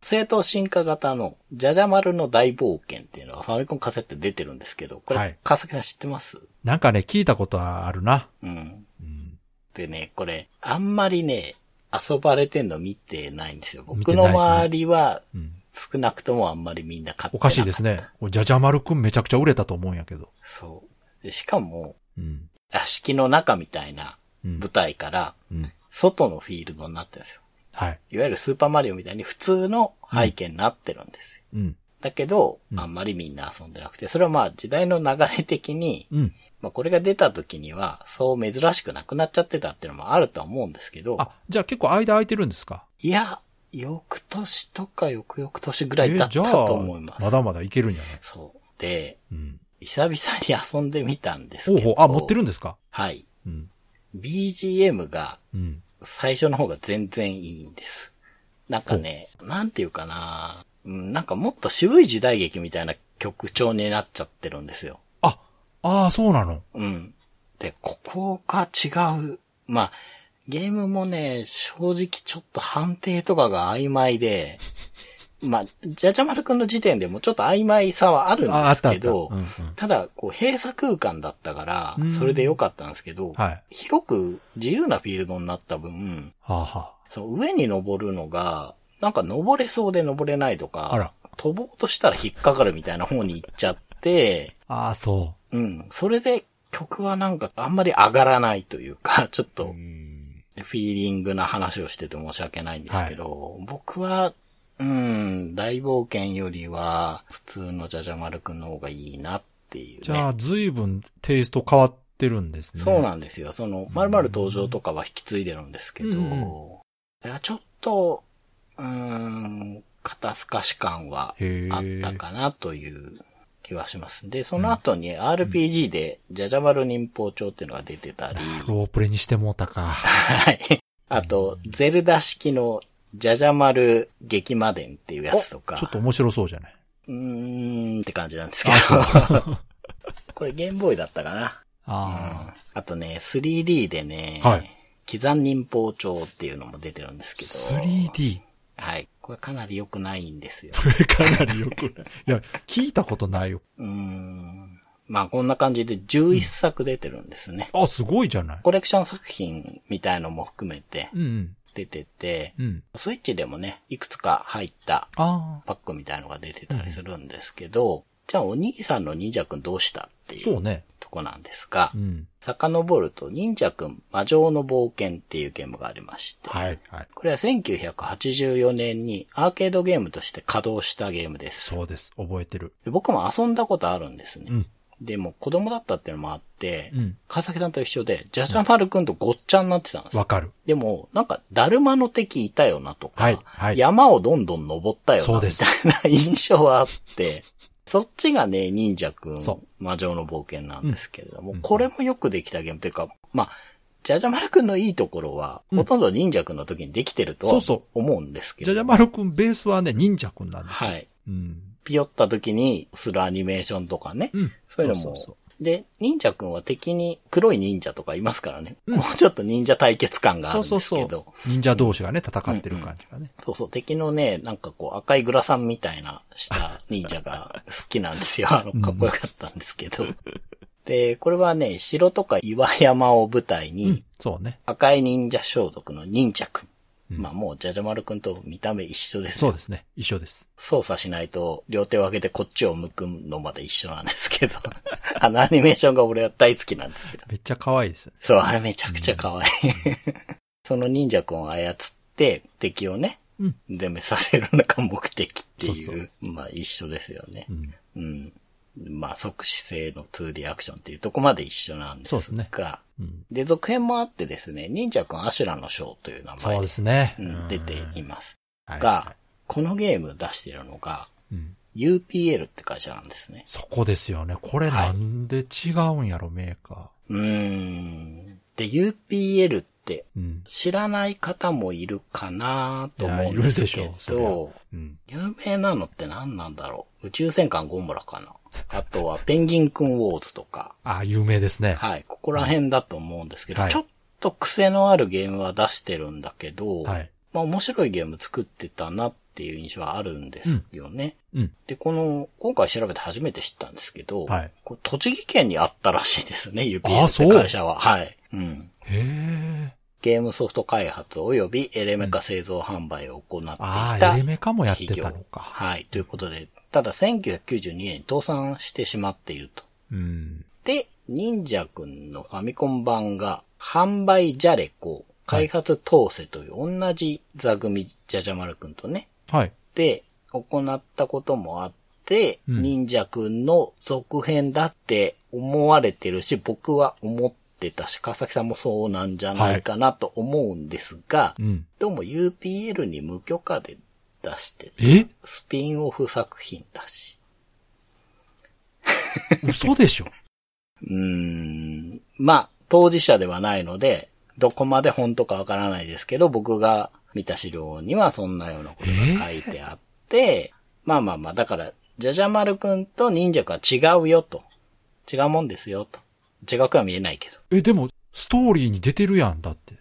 Speaker 3: 正当進化型の、じゃじゃ丸の大冒険っていうのはファミコンカセットで出てるんですけど、これ、
Speaker 2: はい
Speaker 3: 川崎さん知ってます
Speaker 2: なんかね、聞いたことはあるな。
Speaker 3: うん。
Speaker 2: うん
Speaker 3: でね、これ、あんまりね、遊ばれてんの見てないんですよ。
Speaker 2: 見
Speaker 3: 僕
Speaker 2: てない
Speaker 3: の
Speaker 2: ですね
Speaker 3: 周りは、
Speaker 2: うん
Speaker 3: 少なくともあんまりみんな買って
Speaker 2: お
Speaker 3: な
Speaker 2: か
Speaker 3: かった
Speaker 2: しいですね。じゃじゃ丸くんめちゃくちゃ売れたと思うんやけど。
Speaker 3: そう。でしかも、
Speaker 2: うん。
Speaker 3: 屋敷の中みたいな
Speaker 2: うん
Speaker 3: 舞。台から、
Speaker 2: うん。
Speaker 3: 外のフィールドになってるんですよ。
Speaker 2: はい。
Speaker 3: いわゆるスーパーマリオみたいに普通の背景になってるんですよ。
Speaker 2: うん。
Speaker 3: だけど、
Speaker 2: うん
Speaker 3: あんまりみんな遊んでなくて、それはまあ時代の流れ的に、
Speaker 2: うん。
Speaker 3: まあこれが出た時には、そう珍しくなくなっちゃってたっていうのもあるとは思うんですけど、
Speaker 2: あ、じゃあ結構間空いてるんですか
Speaker 3: いや、翌年とか翌々年ぐら
Speaker 2: え
Speaker 3: いだ
Speaker 2: ー、
Speaker 3: っ
Speaker 2: じ
Speaker 3: た
Speaker 2: ゃ
Speaker 3: と思いま
Speaker 2: あ、
Speaker 3: す。
Speaker 2: まだまだいけるんじゃない
Speaker 3: そう。で、
Speaker 2: うん。
Speaker 3: 久々に遊んでみたんです
Speaker 2: ほう
Speaker 3: け
Speaker 2: ほ
Speaker 3: ど
Speaker 2: う、、あ、持ってるんですか
Speaker 3: はい。
Speaker 2: うん。
Speaker 3: BGM が
Speaker 2: うん。
Speaker 3: 最初の方が全然いいんです。なんかね、なんていうかな、うんなんかもっと渋い時代劇みたいな曲調になっちゃってるんですよ。
Speaker 2: あ、ああ、そうなの。
Speaker 3: うん。で、ここが違う。まあ、ゲームもね、正直ちょっと判定とかが曖昧 で、まあ、じゃじゃ丸くんの時点でもちょっと曖昧さはあるん
Speaker 2: あ、あっ
Speaker 3: です
Speaker 2: たあっ
Speaker 3: け
Speaker 2: た。うん
Speaker 3: ど、
Speaker 2: うん。
Speaker 3: ただ、こう、閉鎖空間だったから
Speaker 2: うん、
Speaker 3: それで良かったんですけど、
Speaker 2: はい。
Speaker 3: 広く自由なフィールドになった分、
Speaker 2: はあ、は
Speaker 3: その上に登るのが、なんか登れそうで登れないと
Speaker 2: あ。あら
Speaker 3: か、。飛ぼうとしたら引っかかるみたいな方に行っちゃって、
Speaker 2: ああ、そ
Speaker 3: うん、それで曲はなんかあんまり上がらないというか、 ちょっ
Speaker 2: う。
Speaker 3: と
Speaker 2: ん。
Speaker 3: フィーリングな話をしてて申し訳ないんですけど、僕は、うん、大冒険よりは普通のじゃじゃ丸くんの方がいいなっていう、ね。
Speaker 2: じゃあ、随分テイスト変わってるんですね。
Speaker 3: そうんなんですよ。その、まるまる登場とかは引き継いでるんですけど、
Speaker 2: うん
Speaker 3: いやちょっと、うーん、肩透かし感は
Speaker 2: へえ。
Speaker 3: あったかなという気はします。で、その後に RPG で、ジャジャバル忍法帳っていうのが出てたり、
Speaker 2: ロープレにしてもうたか。
Speaker 3: はい。あと、ゼルダ式のジャジャマル劇魔伝っていうやつとか、
Speaker 2: ちょっと面白そうじゃないう
Speaker 3: ーんって感じなんですけ
Speaker 2: あ
Speaker 3: ど、 これゲームボーイだったかな。
Speaker 2: あ
Speaker 3: あとね、3D でね、
Speaker 2: はい
Speaker 3: 刻刻忍法帳っていうのも出てるんですけど。
Speaker 2: あ。3D。
Speaker 3: はい。これかなり良くないんですよ。
Speaker 2: これ かなりよくない。いや、聞いたことないよ。
Speaker 3: うーん。まあこんな感じで11作出てるんですね。
Speaker 2: あ、すごいじゃない。
Speaker 3: コレクション作品みたいのも含めて
Speaker 2: うん
Speaker 3: 出てて、
Speaker 2: うん。うん。
Speaker 3: スイッチでもね、いくつか入った
Speaker 2: ああ。
Speaker 3: パックみたいのが出てたりするんですけど、じゃあお兄さんの忍者くんどうしたってい
Speaker 2: そう
Speaker 3: う
Speaker 2: ね。
Speaker 3: とこなんですが
Speaker 2: う、ん。
Speaker 3: 遡ると忍者くん魔女の冒険っていうゲームがありまして、
Speaker 2: はい。はい。
Speaker 3: これは1984年にアーケードゲームとして稼働したゲームです。
Speaker 2: そうです。覚えてる。
Speaker 3: で僕も遊んだことあるんですね。
Speaker 2: うん。
Speaker 3: でも子供だったっていうのもあって、
Speaker 2: うん。
Speaker 3: 川崎さんと一緒で、ジャジャマルくんとごっちゃになってたんですよ。
Speaker 2: わかる。
Speaker 3: でも、なんか、だるまの敵いたよなとか、
Speaker 2: はい。はい。
Speaker 3: 山をどんどん登ったよ
Speaker 2: そ
Speaker 3: な
Speaker 2: うで
Speaker 3: み
Speaker 2: す
Speaker 3: たい な印象はあって、そっちがね、忍者くん
Speaker 2: そ、
Speaker 3: 魔女の冒険なんですけれども、
Speaker 2: うん
Speaker 3: これもよくできたゲームというか、まあ、ジャジャマルくんのいいところは、
Speaker 2: うん
Speaker 3: ほとんど忍者くんの時にできてると
Speaker 2: そ
Speaker 3: は
Speaker 2: うそ
Speaker 3: 思うんですけ
Speaker 2: じ
Speaker 3: ど。
Speaker 2: ゃじゃ丸くん、ベースはね、忍者くんなんですよ。
Speaker 3: は。い。
Speaker 2: うん。
Speaker 3: ピヨった時にするアニメーションとかね。
Speaker 2: うん。
Speaker 3: そういうのも。
Speaker 2: そ
Speaker 3: で、忍者くんは敵に黒い忍者とかいますからね。
Speaker 2: うん
Speaker 3: もうちょっと忍者対決感があるんですけ
Speaker 2: そう
Speaker 3: ど。
Speaker 2: そうそう忍者同士がね、戦ってる感じがね。
Speaker 3: そうそう、敵のね、なんかこう赤いグラサンみたいなした忍者が好きなんですよ。あの、かっこよかったんですけど。で、これはね、城とか岩山を舞台に、
Speaker 2: うん。そうね。
Speaker 3: 赤い忍者装束の忍者くん。
Speaker 2: うん
Speaker 3: まあもう、ジャジャマルくんと見た目一緒です
Speaker 2: そう
Speaker 3: よ。
Speaker 2: ですね。一緒です。
Speaker 3: 操作しないと、両手を上げてこっちを向くのまで一緒なんですけど。あのアニメーションが俺は大好きなんですけど。
Speaker 2: めっちゃ可愛いですよね。
Speaker 3: そう、あれめちゃくちゃ可愛い。 その忍者くんを操って敵をね、
Speaker 2: うん
Speaker 3: でめさせるのが目的っていう、
Speaker 2: そうそ
Speaker 3: まあ一緒ですよね
Speaker 2: う。ん。
Speaker 3: うん。まあ即死性の 2D アクションっていうとこまで一緒なんです
Speaker 2: そ
Speaker 3: が。
Speaker 2: うですねうん。
Speaker 3: で続編もあってですね、忍者くんアシュラのショーという名
Speaker 2: そう
Speaker 3: 前
Speaker 2: で
Speaker 3: で、
Speaker 2: すね。
Speaker 3: うん、出ています。
Speaker 2: はい
Speaker 3: が、このゲーム出してるのが、
Speaker 2: うん。
Speaker 3: UPL って会社なんですね。
Speaker 2: そこですよね。これなんで違うんやろ、メーカ
Speaker 3: うーん。で、UPL って
Speaker 2: うん。
Speaker 3: 知らない方もいるかなと思うん
Speaker 2: い
Speaker 3: ですけ
Speaker 2: やいるでしょう
Speaker 3: ど
Speaker 2: そ、うん。
Speaker 3: 有名なのって何なんだろう宇宙戦艦ゴムラかなあとはペンギンくんウォーズとか、
Speaker 2: ああ、有名ですね。
Speaker 3: はい、ここら辺だと思うんですけど、
Speaker 2: はい
Speaker 3: ちょっと癖のあるゲームは出してるんだけど、
Speaker 2: はい。
Speaker 3: まあ面白いゲーム作ってたなっていう印象はあるんですよね。
Speaker 2: うん。
Speaker 3: で、この、今回調べて初めて知ったんですけど、
Speaker 2: はい
Speaker 3: こう栃木県にあったらしいですね、UPL
Speaker 2: あ
Speaker 3: って
Speaker 2: そう
Speaker 3: 会社は。はい。うん。
Speaker 2: へえ。
Speaker 3: ゲームソフト開発及びエレメカ製造販売を行っていた。
Speaker 2: ああ、エレメカもやってたのか。
Speaker 3: はい。ということで、ただ1992年に倒産してしまっていると。
Speaker 2: うん。
Speaker 3: で、忍者くんのファミコン版が、販売じゃれこ、開発統制という同じ座組じゃじゃ丸くんとね、
Speaker 2: はい。
Speaker 3: で、行ったこともあって、
Speaker 2: うん
Speaker 3: 忍者くんの続編だって思われてるし、僕は思ってたし、川崎さんもそうなんじゃないかなと思うんですが、
Speaker 2: うん。
Speaker 3: どうも UPL に無許可で出してて
Speaker 2: え
Speaker 3: スピンオフ作品らし
Speaker 2: 嘘でし ょ
Speaker 3: い。うーん。まあ、当事者ではないので、どこまで本当かわからないですけど、僕が見た資料にはそんなようなことが書いてあって、まあまあまあ、だから、じゃじゃ丸くんと忍者くんは違うよと。違うもんですよと。違くは見えないけど。
Speaker 2: え、でも、ストーリーに出てるやん、だって。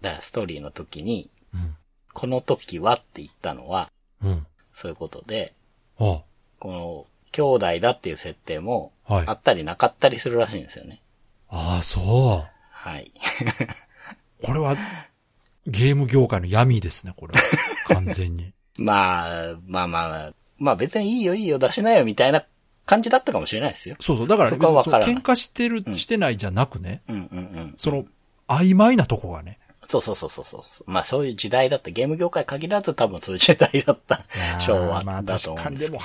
Speaker 3: だからストーリーの時に、
Speaker 2: うん。
Speaker 3: この時はって言ったのは、
Speaker 2: うん。
Speaker 3: そういうことで、
Speaker 2: あ
Speaker 3: この、兄弟だっていう設定も、
Speaker 2: あ、はい。
Speaker 3: あ
Speaker 2: あ
Speaker 3: ったりなかったりするらしいんですよね。
Speaker 2: あ、そ
Speaker 3: はい。
Speaker 2: う。これは、ゲーム業界の闇ですね、こ れは。完全に。
Speaker 3: まあ、まあまあ、まあ別にいいよいいよ出しなよみたいな感じだったかもしれないですよ。
Speaker 2: そうそう。だから
Speaker 3: そ
Speaker 2: 別
Speaker 3: こは
Speaker 2: に
Speaker 3: わ
Speaker 2: そ
Speaker 3: か
Speaker 2: う、
Speaker 3: らない
Speaker 2: 喧嘩してる、
Speaker 3: うん
Speaker 2: してないじゃなくね、
Speaker 3: うんうんうん。
Speaker 2: その、曖昧なとこがね。
Speaker 3: そうそうそうそうそう。まあそういう時代だった。ゲーム業界限らず多分そういう時代だった。昭和
Speaker 2: まあ
Speaker 3: だと
Speaker 2: 確
Speaker 3: 思
Speaker 2: か
Speaker 3: うん
Speaker 2: に、
Speaker 3: です
Speaker 2: で
Speaker 3: け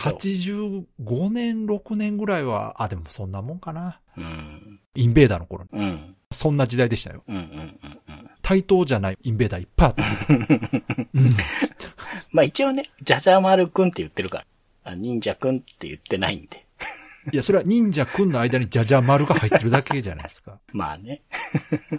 Speaker 3: ど。
Speaker 2: も85年、6年ぐらいは、あ、でもそんなもんかな。
Speaker 3: うん。
Speaker 2: インベーダーの頃に。
Speaker 3: うん。うん
Speaker 2: そんな時代でしたよ。
Speaker 3: うんうんうん。
Speaker 2: 対等じゃないインベーダーいっぱい あった。うん。
Speaker 3: まあ一応ね、じゃじゃ丸くんって言ってるから。あ忍者くんって言ってないんで。
Speaker 2: いや、それは忍者くんの間にじゃじゃ丸が入ってるだけじゃないですか。
Speaker 3: まあね。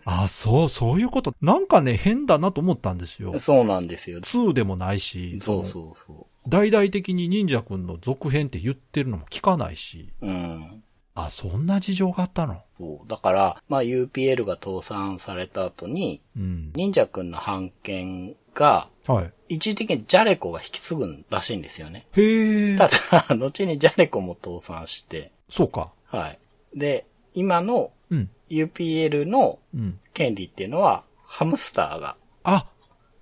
Speaker 2: あ、そう、そういうこと。なんかね、変だなと思ったんですよ。
Speaker 3: そうなんですよ。
Speaker 2: 2でもないし、
Speaker 3: そうそうそ
Speaker 2: 大々的に忍者くんの続編って言ってるのも聞かないし、
Speaker 3: う。うん。
Speaker 2: あ、そんな事情があったの。
Speaker 3: そう。だから、まあ UPL が倒産された後に、
Speaker 2: うん。
Speaker 3: 忍者くんの版権が、
Speaker 2: はい。
Speaker 3: 一時的にジャレコが引き継ぐらしいんですよね。
Speaker 2: へえ。
Speaker 3: ただ、後にジャレコも倒産して、
Speaker 2: そうか。
Speaker 3: はい。で、今の
Speaker 2: うん。
Speaker 3: UPL の
Speaker 2: うん。
Speaker 3: 権利っていうのは、ハムスターが、
Speaker 2: あ、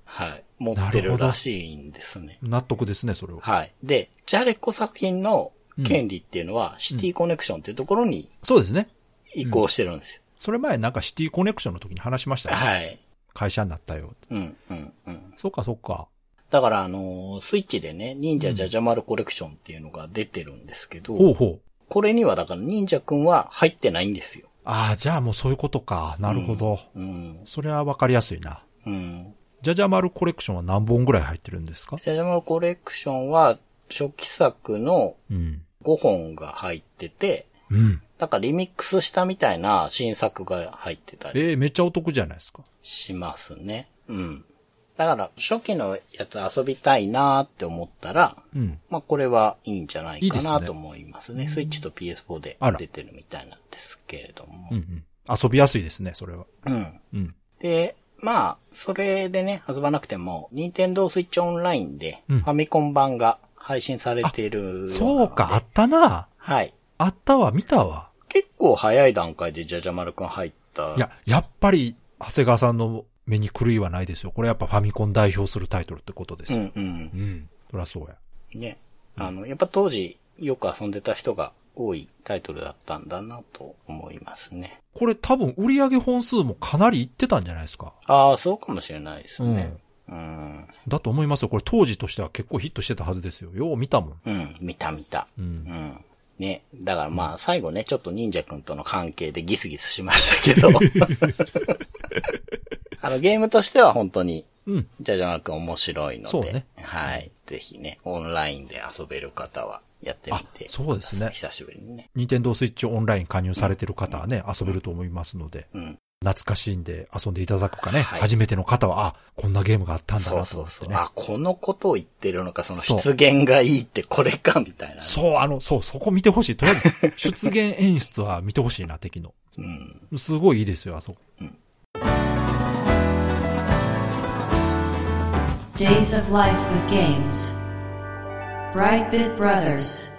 Speaker 3: はい、持ってるらしいんですね。
Speaker 2: 納得ですね、それは。
Speaker 3: はい。で、ジャレコ作品の権利っていうのは、シティコネクションっていうところに
Speaker 2: そうですね。
Speaker 3: 移行してるんですよ。
Speaker 2: それ前なんかシティコネクションの時に話しましたね。
Speaker 3: はい。
Speaker 2: 会社になったよ。
Speaker 3: うん、うん、うん。
Speaker 2: そうか、そうか。
Speaker 3: だから、あのースイッチでね、忍者ジャジャマルコレクションっていうのが出てるんですけど、
Speaker 2: ほうほう。
Speaker 3: これにはだから忍者くんは入ってないんですよ。
Speaker 2: ああ、じゃあもうそういうことか。なるほど。
Speaker 3: うん。
Speaker 2: それはわかりやすいな。
Speaker 3: うん。
Speaker 2: ジャジャマルコレクションは何本ぐらい入ってるんですか
Speaker 3: ジャジャマルコレクションは初期作の
Speaker 2: うん。
Speaker 3: 5本が入ってて、
Speaker 2: うん。
Speaker 3: なんかリミックスしたみたいな新作が入ってたり
Speaker 2: ええめっちゃお得じゃないですか。
Speaker 3: しますね。うん。だから初期のやつ遊びたいなーって思ったら、
Speaker 2: うん。
Speaker 3: まあこれはいいんじゃない
Speaker 2: いい
Speaker 3: か
Speaker 2: です
Speaker 3: な
Speaker 2: ね
Speaker 3: と思いますね。スイッチと PS4 で
Speaker 2: あら
Speaker 3: 出てるみたいなんですけれども
Speaker 2: うんう。ん。遊びやすいですね、それは。
Speaker 3: うん。
Speaker 2: うん。
Speaker 3: で、まあ、それでね、遊ばなくても、任天堂スイッチオンラインで、フ
Speaker 2: うん
Speaker 3: ァミコン版が配信されているようなので
Speaker 2: そうか、あったな。
Speaker 3: はい。
Speaker 2: あったわ、見たわ。
Speaker 3: 結構早い段階でじゃじゃ丸くん入った。
Speaker 2: いや、やっぱり、長谷川さんの目に狂いはないですよ。これやっぱファミコン代表するタイトルってことで
Speaker 3: う
Speaker 2: すよ。
Speaker 3: んうん。
Speaker 2: うん。そりゃそうや。
Speaker 3: ね。あの、やっぱ当時、よく遊んでた人が多いタイトルだったんだなと思いますね。
Speaker 2: これ多分売り上げ本数もかなりいってたんじゃないですか。
Speaker 3: ああ、そうかもしれないですね。うん。
Speaker 2: だと思いますよ。これ当時としては結構ヒットしてたはずですよ。よう見たもん。
Speaker 3: うん、見た見た。
Speaker 2: う。
Speaker 3: うんん。ね。だからまあ、最後ね、ちょっと忍者くんとの関係でギ スギスしましたけど。あの、ゲームとしては本当に
Speaker 2: うん。
Speaker 3: じゃじゃ丸くん面白いの
Speaker 2: そう
Speaker 3: で、
Speaker 2: ね
Speaker 3: はい。ぜひね、オンラインで遊べる方はやってみ
Speaker 2: あ
Speaker 3: て、
Speaker 2: そうですね
Speaker 3: 久しぶりにね。
Speaker 2: ニンテンドースイッチオンライン加入されてる方はね、遊べると思いますので、
Speaker 3: うん。
Speaker 2: 懐かしいんで遊んでいただくかね、
Speaker 3: はい
Speaker 2: 初めての方は、あ、こんなゲームがあったんだ
Speaker 3: そう
Speaker 2: なと
Speaker 3: そ
Speaker 2: 思
Speaker 3: う
Speaker 2: っ
Speaker 3: そ
Speaker 2: て
Speaker 3: う。
Speaker 2: ね。
Speaker 3: あ、このことを言ってるのか、その
Speaker 2: そう
Speaker 3: 出現がいいってこれか、みたいなね。
Speaker 2: そう、あの、そう、そこ見てほしい。とりあえず、出現演出は見てほしいな、敵の。
Speaker 3: うん。
Speaker 2: すごいいいですよ、あそこ。
Speaker 1: Days of Life with Games. Brightbit Brothers.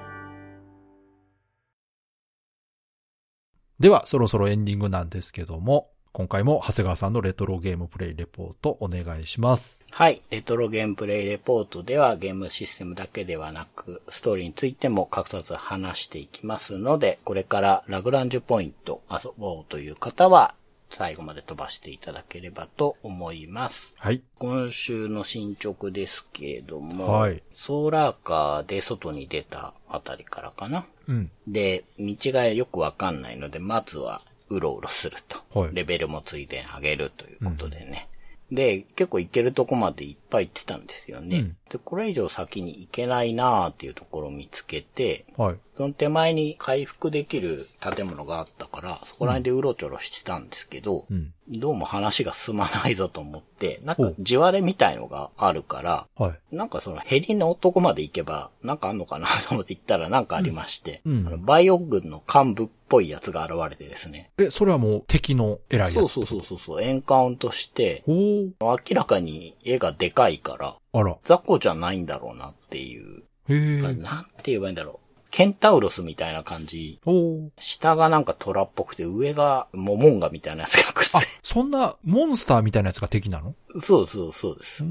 Speaker 2: では、そろそろエンディングなんですけども、今回も長谷川さんのレトロゲームプレイレポートお願いします。
Speaker 3: はい。レトロゲームプレイレポートではゲームシステムだけではなく、ストーリーについても隠さず話していきますので、これからラグランジュポイント遊ぼうという方は、最後まで飛ばしていただければと思います。
Speaker 2: はい。
Speaker 3: 今週の進捗ですけれども、
Speaker 2: はい
Speaker 3: ソーラーカーで外に出たあたりからかな。
Speaker 2: うん。
Speaker 3: で、道がよくわかんないので、まずはうろうろすると。
Speaker 2: はい
Speaker 3: レベルもついでに上げるということでね。で、結構行けるとこまでいっぱい行ってたんですよね。
Speaker 2: うん
Speaker 3: で、これ以上先に行けないなーっていうところを見つけて、
Speaker 2: はい。
Speaker 3: その手前に回復できる建物があったから、そこら辺でうろちょろしてたんですけど、
Speaker 2: うん。
Speaker 3: どうも話が進まないぞと思って、なん
Speaker 2: ほ
Speaker 3: か
Speaker 2: う
Speaker 3: 地割れみたいのがあるから、
Speaker 2: はい。
Speaker 3: なんかそのヘリの男まで行けば、なんかあんのかなと思って行ったらなんかありまして、
Speaker 2: うんうん
Speaker 3: あのバイオ軍の幹部っぽいやつが現れてですね。
Speaker 2: え、それはもう敵の偉いや
Speaker 3: そう
Speaker 2: つ。
Speaker 3: そうそうそうそう、エンカウントして、
Speaker 2: おー。
Speaker 3: 明らかに絵がでかいから、
Speaker 2: あら。
Speaker 3: 雑魚じゃないんだろうなっていう、
Speaker 2: へー。
Speaker 3: なんて言えばいいんだろう。ケンタウロスみたいな感じ。
Speaker 2: おー。
Speaker 3: 下がなんか虎っぽくて、上がモモンガみたいなやつがくっつ
Speaker 2: あ、そんなモンスターみたいなやつが敵なの
Speaker 3: そうそうそうです。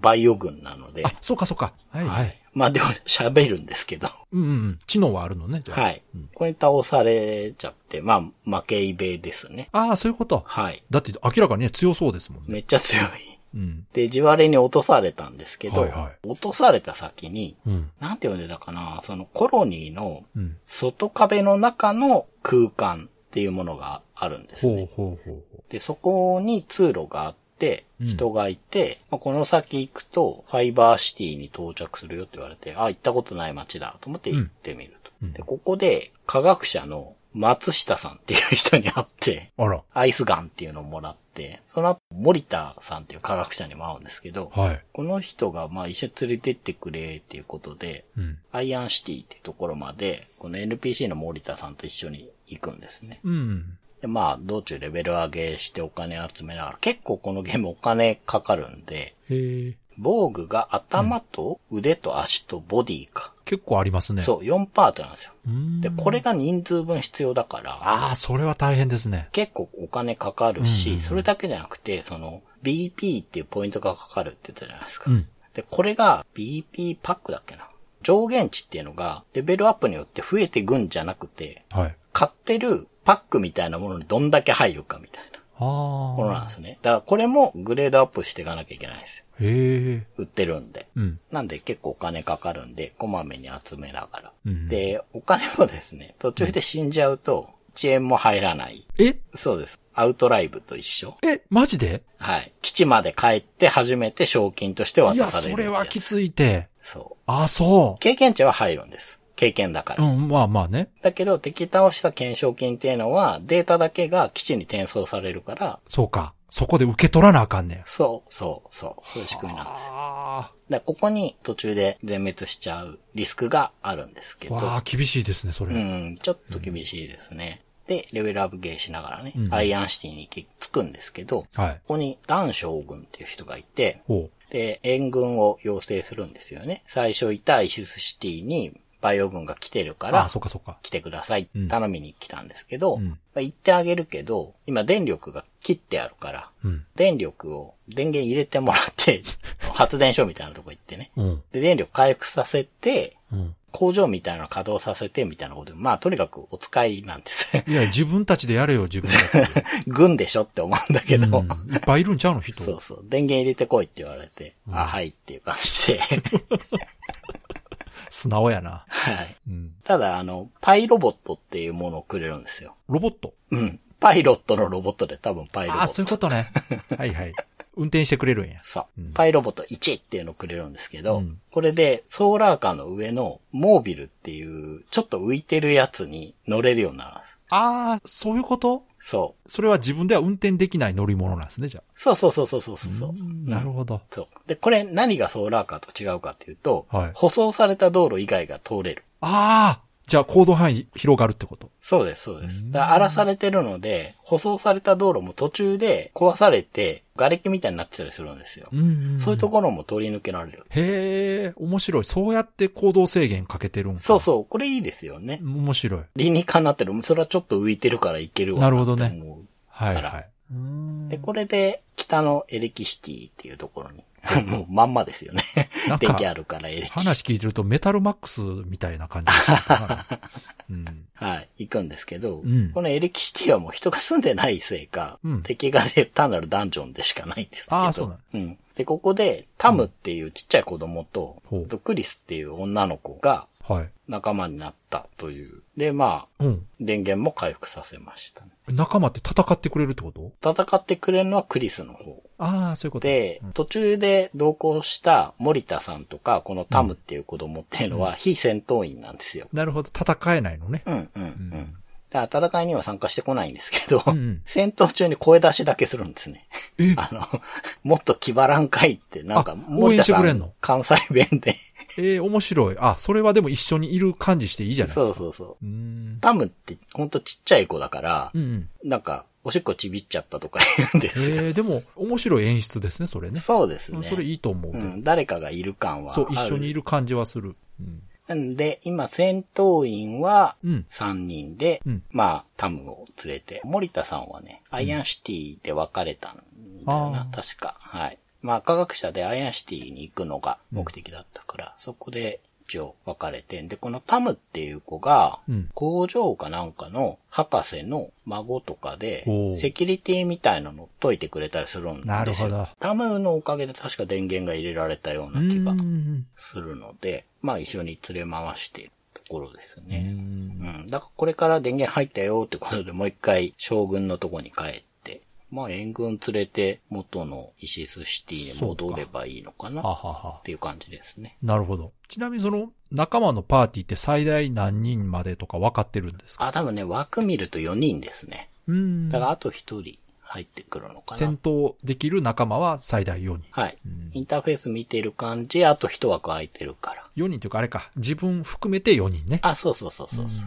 Speaker 3: バイオ軍なので。
Speaker 2: あ、そうかそうか。はい。はい。
Speaker 3: まあでも喋るんですけど。
Speaker 2: うんうんうん。知能はあるのね、じゃあ。
Speaker 3: はい
Speaker 2: うん。
Speaker 3: これに倒されちゃって、まあ、負けイベですね。
Speaker 2: ああ、そういうこと。
Speaker 3: はい。
Speaker 2: だって明らかにね、強そうですもんね。
Speaker 3: めっちゃ強い。
Speaker 2: うん。
Speaker 3: で、地割れに落とされたんですけど、
Speaker 2: はいは
Speaker 3: 落とされた先に、
Speaker 2: うん。
Speaker 3: なんて呼んでたかな、そのコロニーの
Speaker 2: うん。
Speaker 3: 外壁の中の空間っていうものがあるんですね。
Speaker 2: ほうほうほうほ
Speaker 3: で、そこに通路があって、
Speaker 2: うん
Speaker 3: 人がいて、まあ、この先行くと、ファイバーシティに到着するよって言われて、あ、行ったことない街だと思って行ってみると。
Speaker 2: うんうん
Speaker 3: で、ここで、科学者の松下さんっていう人に会って、
Speaker 2: う。あら。
Speaker 3: アイスガンっていうのをもらって、その後、森田さんっていう科学者にも会うんですけど、
Speaker 2: はい。
Speaker 3: この人が、まあ、一緒に連れてってくれっていうことで、
Speaker 2: うん。
Speaker 3: アイアンシティってところまで、この NPC の森田さんと一緒に行くんですね。
Speaker 2: うん。
Speaker 3: で、まあ、道中レベル上げしてお金集めながら、結構このゲームお金かかるんで、
Speaker 2: へえ。
Speaker 3: 防具が頭と腕と足とボディか。
Speaker 2: 結構ありますね。
Speaker 3: そう、4パーツなんですよ。
Speaker 2: うーん。
Speaker 3: で、これが人数分必要だから、
Speaker 2: ああ、それは大変ですね。
Speaker 3: 結構お金かかる
Speaker 2: うんうん
Speaker 3: し、
Speaker 2: うん
Speaker 3: それだけじゃなくて、その、BP っていうポイントがかかるって言ったじゃないですか
Speaker 2: う。ん。
Speaker 3: で、これが BP パックだっけな。上限値っていうのが、レベルアップによって増えていくんじゃなくて、
Speaker 2: はい。
Speaker 3: 買ってるパックみたいなものにどんだけ入るかみたいな。
Speaker 2: あ
Speaker 3: ものなん
Speaker 2: あ
Speaker 3: で。すね。だからこれもグレードアップしていかなきゃいけないですよ。
Speaker 2: へえ。
Speaker 3: 売ってるんで。
Speaker 2: うん。
Speaker 3: なんで結構お金かかるんで、こまめに集めながら。
Speaker 2: うん。
Speaker 3: で、お金もですね、途中で死んじゃうと、1円も入らない。
Speaker 2: え
Speaker 3: そうです。アウトライブと一緒。
Speaker 2: え、マジで
Speaker 3: はい。基地まで帰って初めて賞金として
Speaker 2: い
Speaker 3: 渡
Speaker 2: や、
Speaker 3: され
Speaker 2: そ
Speaker 3: るんです。
Speaker 2: れはきついて。
Speaker 3: そ。
Speaker 2: ああ、そう
Speaker 3: 経験値は入るんです。経験だか
Speaker 2: う。
Speaker 3: ら。
Speaker 2: うん、まあまあね。
Speaker 3: だけど、敵倒した懸賞金っていうのは、データだけが基地に転送されるから、
Speaker 2: そうか。そこで受け取らなあかんねん。
Speaker 3: そう、そう、そう、そういう仕組みなんです。
Speaker 2: あ
Speaker 3: で、ここに途中で全滅しちゃうリスクがあるんですけ
Speaker 2: あ。
Speaker 3: ど、
Speaker 2: わあ、厳しいですね、それ。
Speaker 3: うん、ちょっと厳しいですね。で、レベルアップゲーしながらね、
Speaker 2: うん
Speaker 3: アイアンシティに行き着くんですけど、こ
Speaker 2: はい。
Speaker 3: こに男将軍っていう人がいて、
Speaker 2: ほ
Speaker 3: で、援軍を要請するんですよね。最初いたアイシスシティにバイオ軍が来てる
Speaker 2: う。
Speaker 3: か
Speaker 2: あ
Speaker 3: ら
Speaker 2: あ、、そっかそっか。
Speaker 3: 来てください
Speaker 2: うん、
Speaker 3: 頼みに来たんですけど、
Speaker 2: うん
Speaker 3: まあ行ってあげるけど、今電力が切ってあるから、
Speaker 2: うん。
Speaker 3: 電力を電源入れてもらって、 発電所みたいなとこ行ってね、
Speaker 2: うん。
Speaker 3: で、電力回復させて、
Speaker 2: うん。
Speaker 3: 工場みたいなの稼働させてみたいなことで、まあとにかくお使いなんですね。
Speaker 2: いや、自分たちでやれよ、自分たちで。
Speaker 3: 軍でしょって思うんだけ ど、
Speaker 2: うん、いっぱいいるんちゃうの、人。
Speaker 3: そうそう、電源入れてこいって言われて、あ、はいっていう感じで、
Speaker 2: 素直やな。
Speaker 3: はい。
Speaker 2: うん。
Speaker 3: ただ、あの、パイロボットっていうものをくれるんですよ。
Speaker 2: ロボット。
Speaker 3: うん。パイロットのロボットで多分パイロボ
Speaker 2: ああ、
Speaker 3: ッ
Speaker 2: そう
Speaker 3: ト。
Speaker 2: いうことね。はいはい。運転してくれるんや。
Speaker 3: そう
Speaker 2: うん。
Speaker 3: パイロボット1っていうのをくれるんですけど、
Speaker 2: うん
Speaker 3: これでソーラーカーの上のモービルっていう、ちょっと浮いてるやつに乗れるようになるんで
Speaker 2: あー、そういうこと
Speaker 3: す。そう。
Speaker 2: それは自分では運転できない乗り物なんですね、じゃ
Speaker 3: そうそうそうそうそうそうそう
Speaker 2: あ。。なるほど。
Speaker 3: そう。で、これ何がソーラーカーと違うかっていうと、
Speaker 2: はい
Speaker 3: 舗装された道路以外が通れる。
Speaker 2: ああじゃあ行動範囲広がるってこと。
Speaker 3: そうです、そうで
Speaker 2: う
Speaker 3: す
Speaker 2: ん。
Speaker 3: だから荒らされてるので、舗装された道路も途中で壊されて、瓦礫みたいになってたりするんですよ。
Speaker 2: ん
Speaker 3: そういうところも通り抜けられる。
Speaker 2: へえ、面白い。そうやって行動制限かけてるんか
Speaker 3: そうそう、これいいですよね。
Speaker 2: 面白い。
Speaker 3: 理にかなってる。それはちょっと浮いてるからいけるわ。
Speaker 2: なるほどね
Speaker 3: って思う
Speaker 2: はい
Speaker 3: あ
Speaker 2: は
Speaker 3: ら
Speaker 2: い。うーん
Speaker 3: で、これで、北のエレキシティっていうところに、 もうまんまですよね。
Speaker 2: なん
Speaker 3: 電
Speaker 2: か
Speaker 3: 気、あるからエレキシティ。
Speaker 2: 話聞いてるとメタルマックスみたいな感じがしたな うん。
Speaker 3: はい、行くんですけど、
Speaker 2: うん
Speaker 3: このエレキシティはもう人が住んでないせいか、
Speaker 2: うん
Speaker 3: 敵がね、単なるダンジョンでしかないんですけど。
Speaker 2: ああそうなの
Speaker 3: うん。で、ここで、タムっていうちっちゃい子供と、
Speaker 2: ほう
Speaker 3: あとクリスっていう女の子が
Speaker 2: はい。
Speaker 3: 仲間になったという。で、まあ、
Speaker 2: うん。
Speaker 3: 電源も回復させましたね。
Speaker 2: 仲間って戦ってくれるってこと
Speaker 3: 戦ってくれるのはクリスの方。
Speaker 2: ああ、そういうこと。
Speaker 3: で、
Speaker 2: うん
Speaker 3: 途中で同行した森田さんとか、このタムっていう子供っていうのは非戦闘員なんですよ。
Speaker 2: なるほど。戦えないのね。
Speaker 3: うん、うん、う
Speaker 2: うん
Speaker 3: ん。だから戦いには参加してこないんですけど、
Speaker 2: うんうん
Speaker 3: 戦闘中に声出しだけするんで すね。
Speaker 2: え、
Speaker 3: あの、もっと気張らんかいって、なん
Speaker 2: あ
Speaker 3: か、
Speaker 2: 応援してくれんの
Speaker 3: 森田さん関西弁 で。
Speaker 2: えー面白い。あ、それはでも一緒にいる感じしていいじゃないです
Speaker 3: そ
Speaker 2: か。。
Speaker 3: うそうそう
Speaker 2: うーん
Speaker 3: う。。タムってほんとちっちゃい子だから
Speaker 2: う、んうん。
Speaker 3: なんか、おしっこちびっちゃったとか言うんですよ。
Speaker 2: えー、でも、面白い演出ですね、それね。
Speaker 3: そうです
Speaker 2: う
Speaker 3: ね。
Speaker 2: んそれいいと思う
Speaker 3: う
Speaker 2: で。
Speaker 3: ん、誰かがいる感はあ
Speaker 2: そう
Speaker 3: る。、
Speaker 2: 一緒にいる感じはする。うん。
Speaker 3: なんで、今、戦闘員は
Speaker 2: うん。
Speaker 3: 3人で、
Speaker 2: うん
Speaker 3: まあ、タムを連れて、森田さんはね、アイアンシティで別れたんだよな、
Speaker 2: あ
Speaker 3: 確か。はい。まあ、科学者でアイアンシティに行くのが目的だったから、そこで一応別れて、で、このタムっていう子が、
Speaker 2: うん
Speaker 3: 工場かなんかの博士の孫とかで
Speaker 2: おー、
Speaker 3: セキュリティみたいなの解いてくれたりするんですよ。
Speaker 2: なるほど。
Speaker 3: タムのおかげで確か電源が入れられたような気が
Speaker 2: うん
Speaker 3: するので、まあ一緒に連れ回しているところです
Speaker 2: う。
Speaker 3: ね。うんん。だからこれから電源入ったよってことでもう一回将軍のとこに帰って、まあ援軍連れて元のイシスシティに戻ればいいのか
Speaker 2: はは
Speaker 3: なっ
Speaker 2: は。
Speaker 3: ていう感じですね。
Speaker 2: なるほど。ちなみにその仲間のパーティーって最大何人までとか分かってるんですか
Speaker 3: あ、多分ね、枠見ると4人ですね。
Speaker 2: うん
Speaker 3: だからあと1人入ってくるのか
Speaker 2: 戦
Speaker 3: な。
Speaker 2: 闘できる仲間は最大4人。
Speaker 3: はい。
Speaker 2: うん
Speaker 3: インターフェース見てる感じ、あと1枠空いてるから。
Speaker 2: 4人というかあれか、自分含めて4人ね。
Speaker 3: あ、そうそうそうそうそう。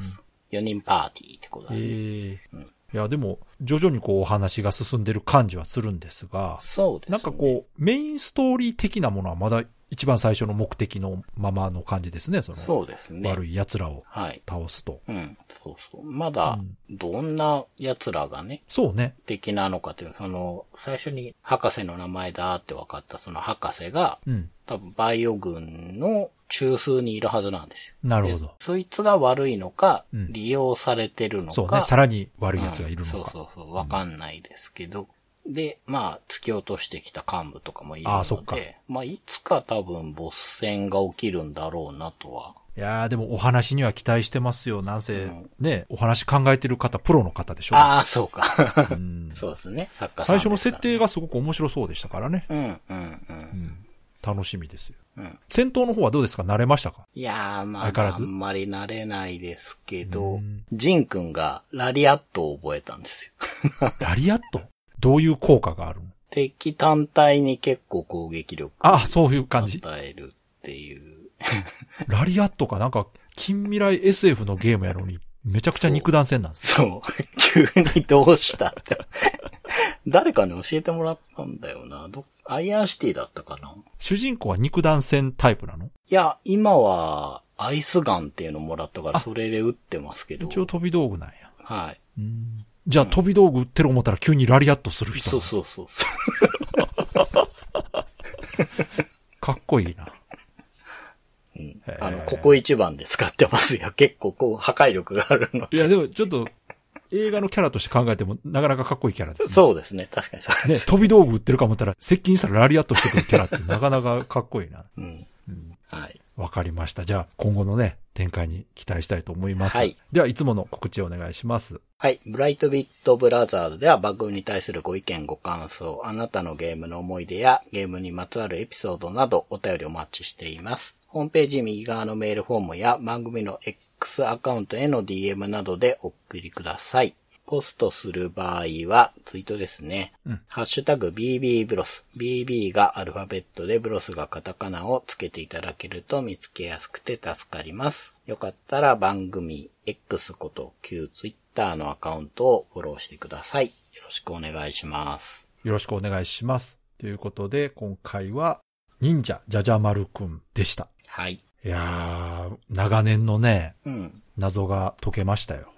Speaker 3: 4人パーティーってことだ
Speaker 2: え
Speaker 3: ね。
Speaker 2: え
Speaker 3: うん
Speaker 2: いや、でも、徐々にこうお話が進んでる感じはするんですが、
Speaker 3: そうですね。
Speaker 2: なんかこう、メインストーリー的なものはまだ一番最初の目的のままの感じですね、その。
Speaker 3: そうですね。
Speaker 2: 悪い奴らを
Speaker 3: はい。
Speaker 2: 倒すと。
Speaker 3: うん、そうそう。まだ
Speaker 2: うん、
Speaker 3: どんな奴らがね、
Speaker 2: そうね。
Speaker 3: 敵なのかっていう、その、最初に博士の名前だって分かったその博士が、
Speaker 2: うん。
Speaker 3: 多分バイオ軍の中枢にいるはずなんですよ。
Speaker 2: なるほど
Speaker 3: で。そいつが悪いのか、
Speaker 2: うん
Speaker 3: 利用されてるのか。
Speaker 2: そうね。さらに悪い奴がいる
Speaker 3: うん
Speaker 2: の
Speaker 3: そう
Speaker 2: か。
Speaker 3: そうそう、わかんないですけど。で、まあ、突き落としてきた幹部とかもいるので、
Speaker 2: あーそっか
Speaker 3: まあ、いつか多分、ボス戦が起きるんだろうなとは。
Speaker 2: いやー、でもお話には期待してますよ。なんせ、
Speaker 3: うん
Speaker 2: ね、お話考えてる方、プロの方でしょ。
Speaker 3: ああ、そうか。
Speaker 2: うん
Speaker 3: そうですね、作家さん
Speaker 2: 最初
Speaker 3: ですからね、
Speaker 2: の設定がすごく面白そうでしたからね。
Speaker 3: うん、うん、うん。
Speaker 2: 楽しみですよ。
Speaker 3: うん
Speaker 2: 戦闘の方はどうですか慣れましたか
Speaker 3: いやー、ま
Speaker 2: 相変わら
Speaker 3: あ、あ
Speaker 2: ず
Speaker 3: んまり慣れないですけ
Speaker 2: う
Speaker 3: ど
Speaker 2: ん、
Speaker 3: ジンくんがラリアットを覚えたんですよ。
Speaker 2: ラリアットどういう効果があるの
Speaker 3: 敵単体に結構攻撃力を
Speaker 2: ああ、そういう感じ。
Speaker 3: 与えるっていう。
Speaker 2: ラリアットかなんか、近未来 SF のゲームやのに、めちゃくちゃ肉弾戦なんですよ。
Speaker 3: そう。 急にどうしたって。 誰かに教えてもらったんだよな。どアイアンシティだったかな
Speaker 2: 主人公は肉弾戦タイプなの
Speaker 3: いや、今は、アイスガンっていうのもらったか
Speaker 2: あ
Speaker 3: ら、それで撃ってますけど。
Speaker 2: 一応飛び道具なんや。
Speaker 3: はい。
Speaker 2: うんじゃあ飛び道具売ってる思ったら急にラリアットする人
Speaker 3: そうそうそうそう。
Speaker 2: かっこいいな。
Speaker 3: うん
Speaker 2: へー
Speaker 3: あの、ここ一番で使ってますよ。結構こう、破壊力があるの。
Speaker 2: いや、でもちょっと、映画のキャラとして考えても、なかなかかっこいいキャラですね。
Speaker 3: そうですね。確かにそうで
Speaker 2: ね、
Speaker 3: す。
Speaker 2: 飛び道具売ってるか思ったら、接近したらラリアットしてくるキャラってなかなかかっこいい な。
Speaker 3: うん。
Speaker 2: うん
Speaker 3: はい。
Speaker 2: わかりました。じゃあ、今後のね、展開に期待したいと思います。
Speaker 3: はい
Speaker 2: では、いつもの告知をお願いします。
Speaker 3: はい。ブライトビットブラザーズでは番組に対するご意見、ご感想、あなたのゲームの思い出やゲームにまつわるエピソードなどお便りお待ちしています。ホームページ右側のメールフォームや番組の X アカウントへの DM などでお送りください。ポストする場合はツイートですね。
Speaker 2: うん
Speaker 3: ハッシュタグ BB ブロス。BB がアルファベットでブロスがカタカナをつけていただけると見つけやすくて助かります。よかったら番組 X こと Q ツイッターのアカウントをフォローしてください。よろしくお願いします。
Speaker 2: よろしくお願いします。ということで、今回は、忍者じゃじゃ丸くんでした。
Speaker 3: はい。
Speaker 2: いやー、長年のね、
Speaker 3: うん。
Speaker 2: 謎が解けました よ。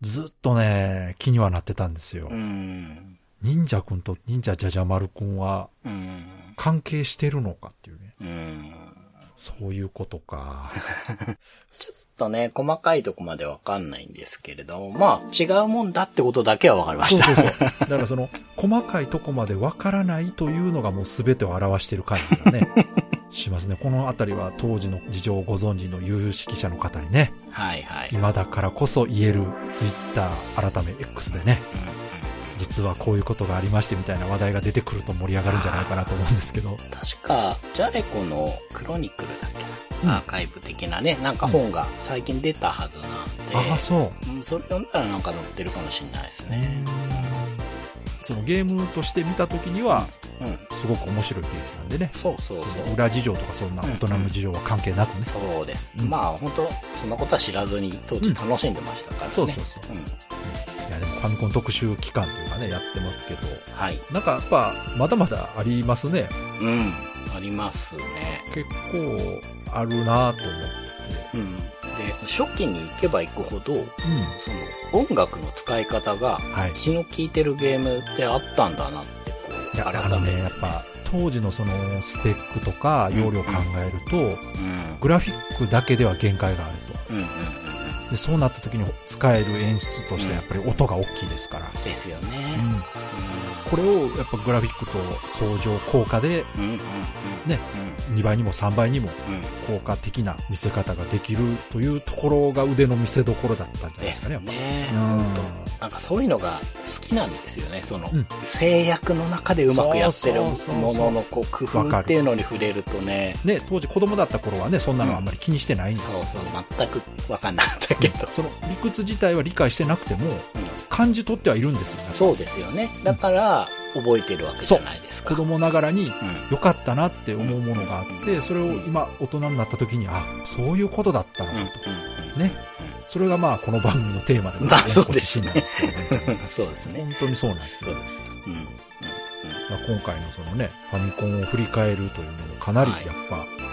Speaker 2: ずっとね、気にはなってたんですよ
Speaker 3: う。ん。
Speaker 2: 忍者くんと忍者じゃじゃ丸くんは
Speaker 3: うん。
Speaker 2: 関係してるのかっていうね。
Speaker 3: うん。
Speaker 2: そういうことか。
Speaker 3: ちょっとね、細かいとこまでわかんないんですけれども、まあ、違うもんだってことだけはわかりま
Speaker 2: そう
Speaker 3: した。
Speaker 2: そうそう。だからその、細かいとこまでわからないというのがもう全てを表してる感じが ね、しますね。このあたりは当時の事情をご存知の有識者の方にね、
Speaker 3: はいはい。
Speaker 2: 今だからこそ言える Twitter 改め X でね、実はこういうことがありましてみたいな話題が出てくると盛り上がるんじゃないかなと思うんですけど、
Speaker 3: 確か、ジャレコのクロニクルだっけ
Speaker 2: うん
Speaker 3: な、アーカイブ的なね、なんか本が最近出たはずなんで、
Speaker 2: ああ、そう。
Speaker 3: うんそれ読んだらなんか載ってるかもしれないですね。
Speaker 2: そのゲームとして見た時には、
Speaker 3: うん。
Speaker 2: すごく面白いゲームなんでね、
Speaker 3: そうそうそう。
Speaker 2: その裏事情とかそんな大人の事情は関係なくね。
Speaker 3: そうです。
Speaker 2: うん
Speaker 3: まあ、本当そんなことは知らずに当時楽しんでましたからね。
Speaker 2: そうそうそう。
Speaker 3: うん。
Speaker 2: いやでもファミコン特集期間というかね、やってますけど、
Speaker 3: はい。
Speaker 2: なんかやっぱ、まだまだありますね。
Speaker 3: うん。ありますね。
Speaker 2: 結構あるなぁと思って。
Speaker 3: うん。で、初期に行けば行くほど、
Speaker 2: う
Speaker 3: その音楽の使い方が、
Speaker 2: ん。はい。
Speaker 3: 気の利いてるゲームってあったんだなって、こう、
Speaker 2: いや、あ
Speaker 3: 改
Speaker 2: の
Speaker 3: め
Speaker 2: ね、
Speaker 3: て。
Speaker 2: やっぱ、当時のそのスペックとか容量を考えると、
Speaker 3: うん。
Speaker 2: グラフィックだけでは限界があると。
Speaker 3: うんうんうん
Speaker 2: で、そうなった時に使える演出としてやっぱり音が大きいですから。
Speaker 3: うん。ですよ
Speaker 2: う
Speaker 3: ね。
Speaker 2: ん。これをやっぱグラフィックと相乗効果で
Speaker 3: うん。うんうんうん。
Speaker 2: ね。2倍にも3倍にも
Speaker 3: うん。うん。
Speaker 2: 効果的な見せ方ができるというところが腕の見せどころだったんじゃない
Speaker 3: で
Speaker 2: ですか
Speaker 3: す
Speaker 2: ね、
Speaker 3: ね
Speaker 2: やっぱ。。
Speaker 3: 本当なんかそういうのが好きなんですよね。その
Speaker 2: うん、
Speaker 3: 制約の中でうまくやってる
Speaker 2: そうそうそうそう
Speaker 3: もののこう工夫っていうのに触れるとね、
Speaker 2: ね、当時子供だった頃はね、そんなのあんまり気にしてないんです
Speaker 3: そ
Speaker 2: よ
Speaker 3: うそう、全くわかんなかったけど。
Speaker 2: その理屈自体は理解してなくても、
Speaker 3: うん
Speaker 2: 感じ取ってはいるんですよね。
Speaker 3: そうですよね。だから、覚えてるわけじゃないですか。
Speaker 2: 子供ながらに
Speaker 3: うん。
Speaker 2: 良かったなって思うものがあって、
Speaker 3: うん
Speaker 2: それを今大人になった時に、あ、そういうことだったの
Speaker 3: うん。う
Speaker 2: か
Speaker 3: ん
Speaker 2: と。ね。それがまあこの番組のテーマでも
Speaker 3: まあそう
Speaker 2: こ
Speaker 3: で
Speaker 2: 自
Speaker 3: す
Speaker 2: 身
Speaker 3: ね
Speaker 2: なんですけどね。
Speaker 3: うん。そうですね。
Speaker 2: 本当にそうなんです
Speaker 3: そう
Speaker 2: よ。
Speaker 3: です。うん。うん
Speaker 2: まあ、今回のそのね、ファミコンを振り返るというのもかなりやっ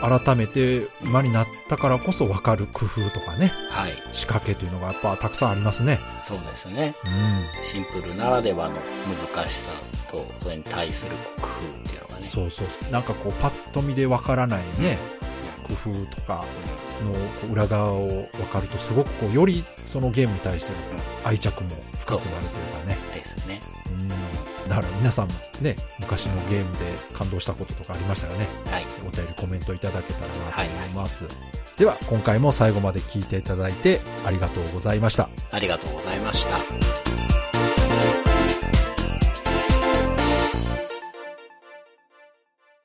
Speaker 2: ぱ、改めて今になったからこそ分かる工夫とかね、
Speaker 3: うん。はい。
Speaker 2: 仕掛けというのがやっぱたくさんありますね。
Speaker 3: そうですね。
Speaker 2: う
Speaker 3: シンプルならではの難しさと、それに対する工夫っていうのが
Speaker 2: ん。
Speaker 3: ね。
Speaker 2: そうそうそう。なんかこう、パッと見で分からないね、工夫とかのこう裏側を分かるとすごくこう、よりそのゲームに対しての愛着も深くなるというかね。
Speaker 3: ですね。
Speaker 2: うん。だから皆さんもね、昔のゲームで感動したこととかありましたらね、
Speaker 3: はい。
Speaker 2: お便りコメントいただけたらなと思います、では今回も最後まで聞いていただいてありがとうございました
Speaker 3: ありがとうございました。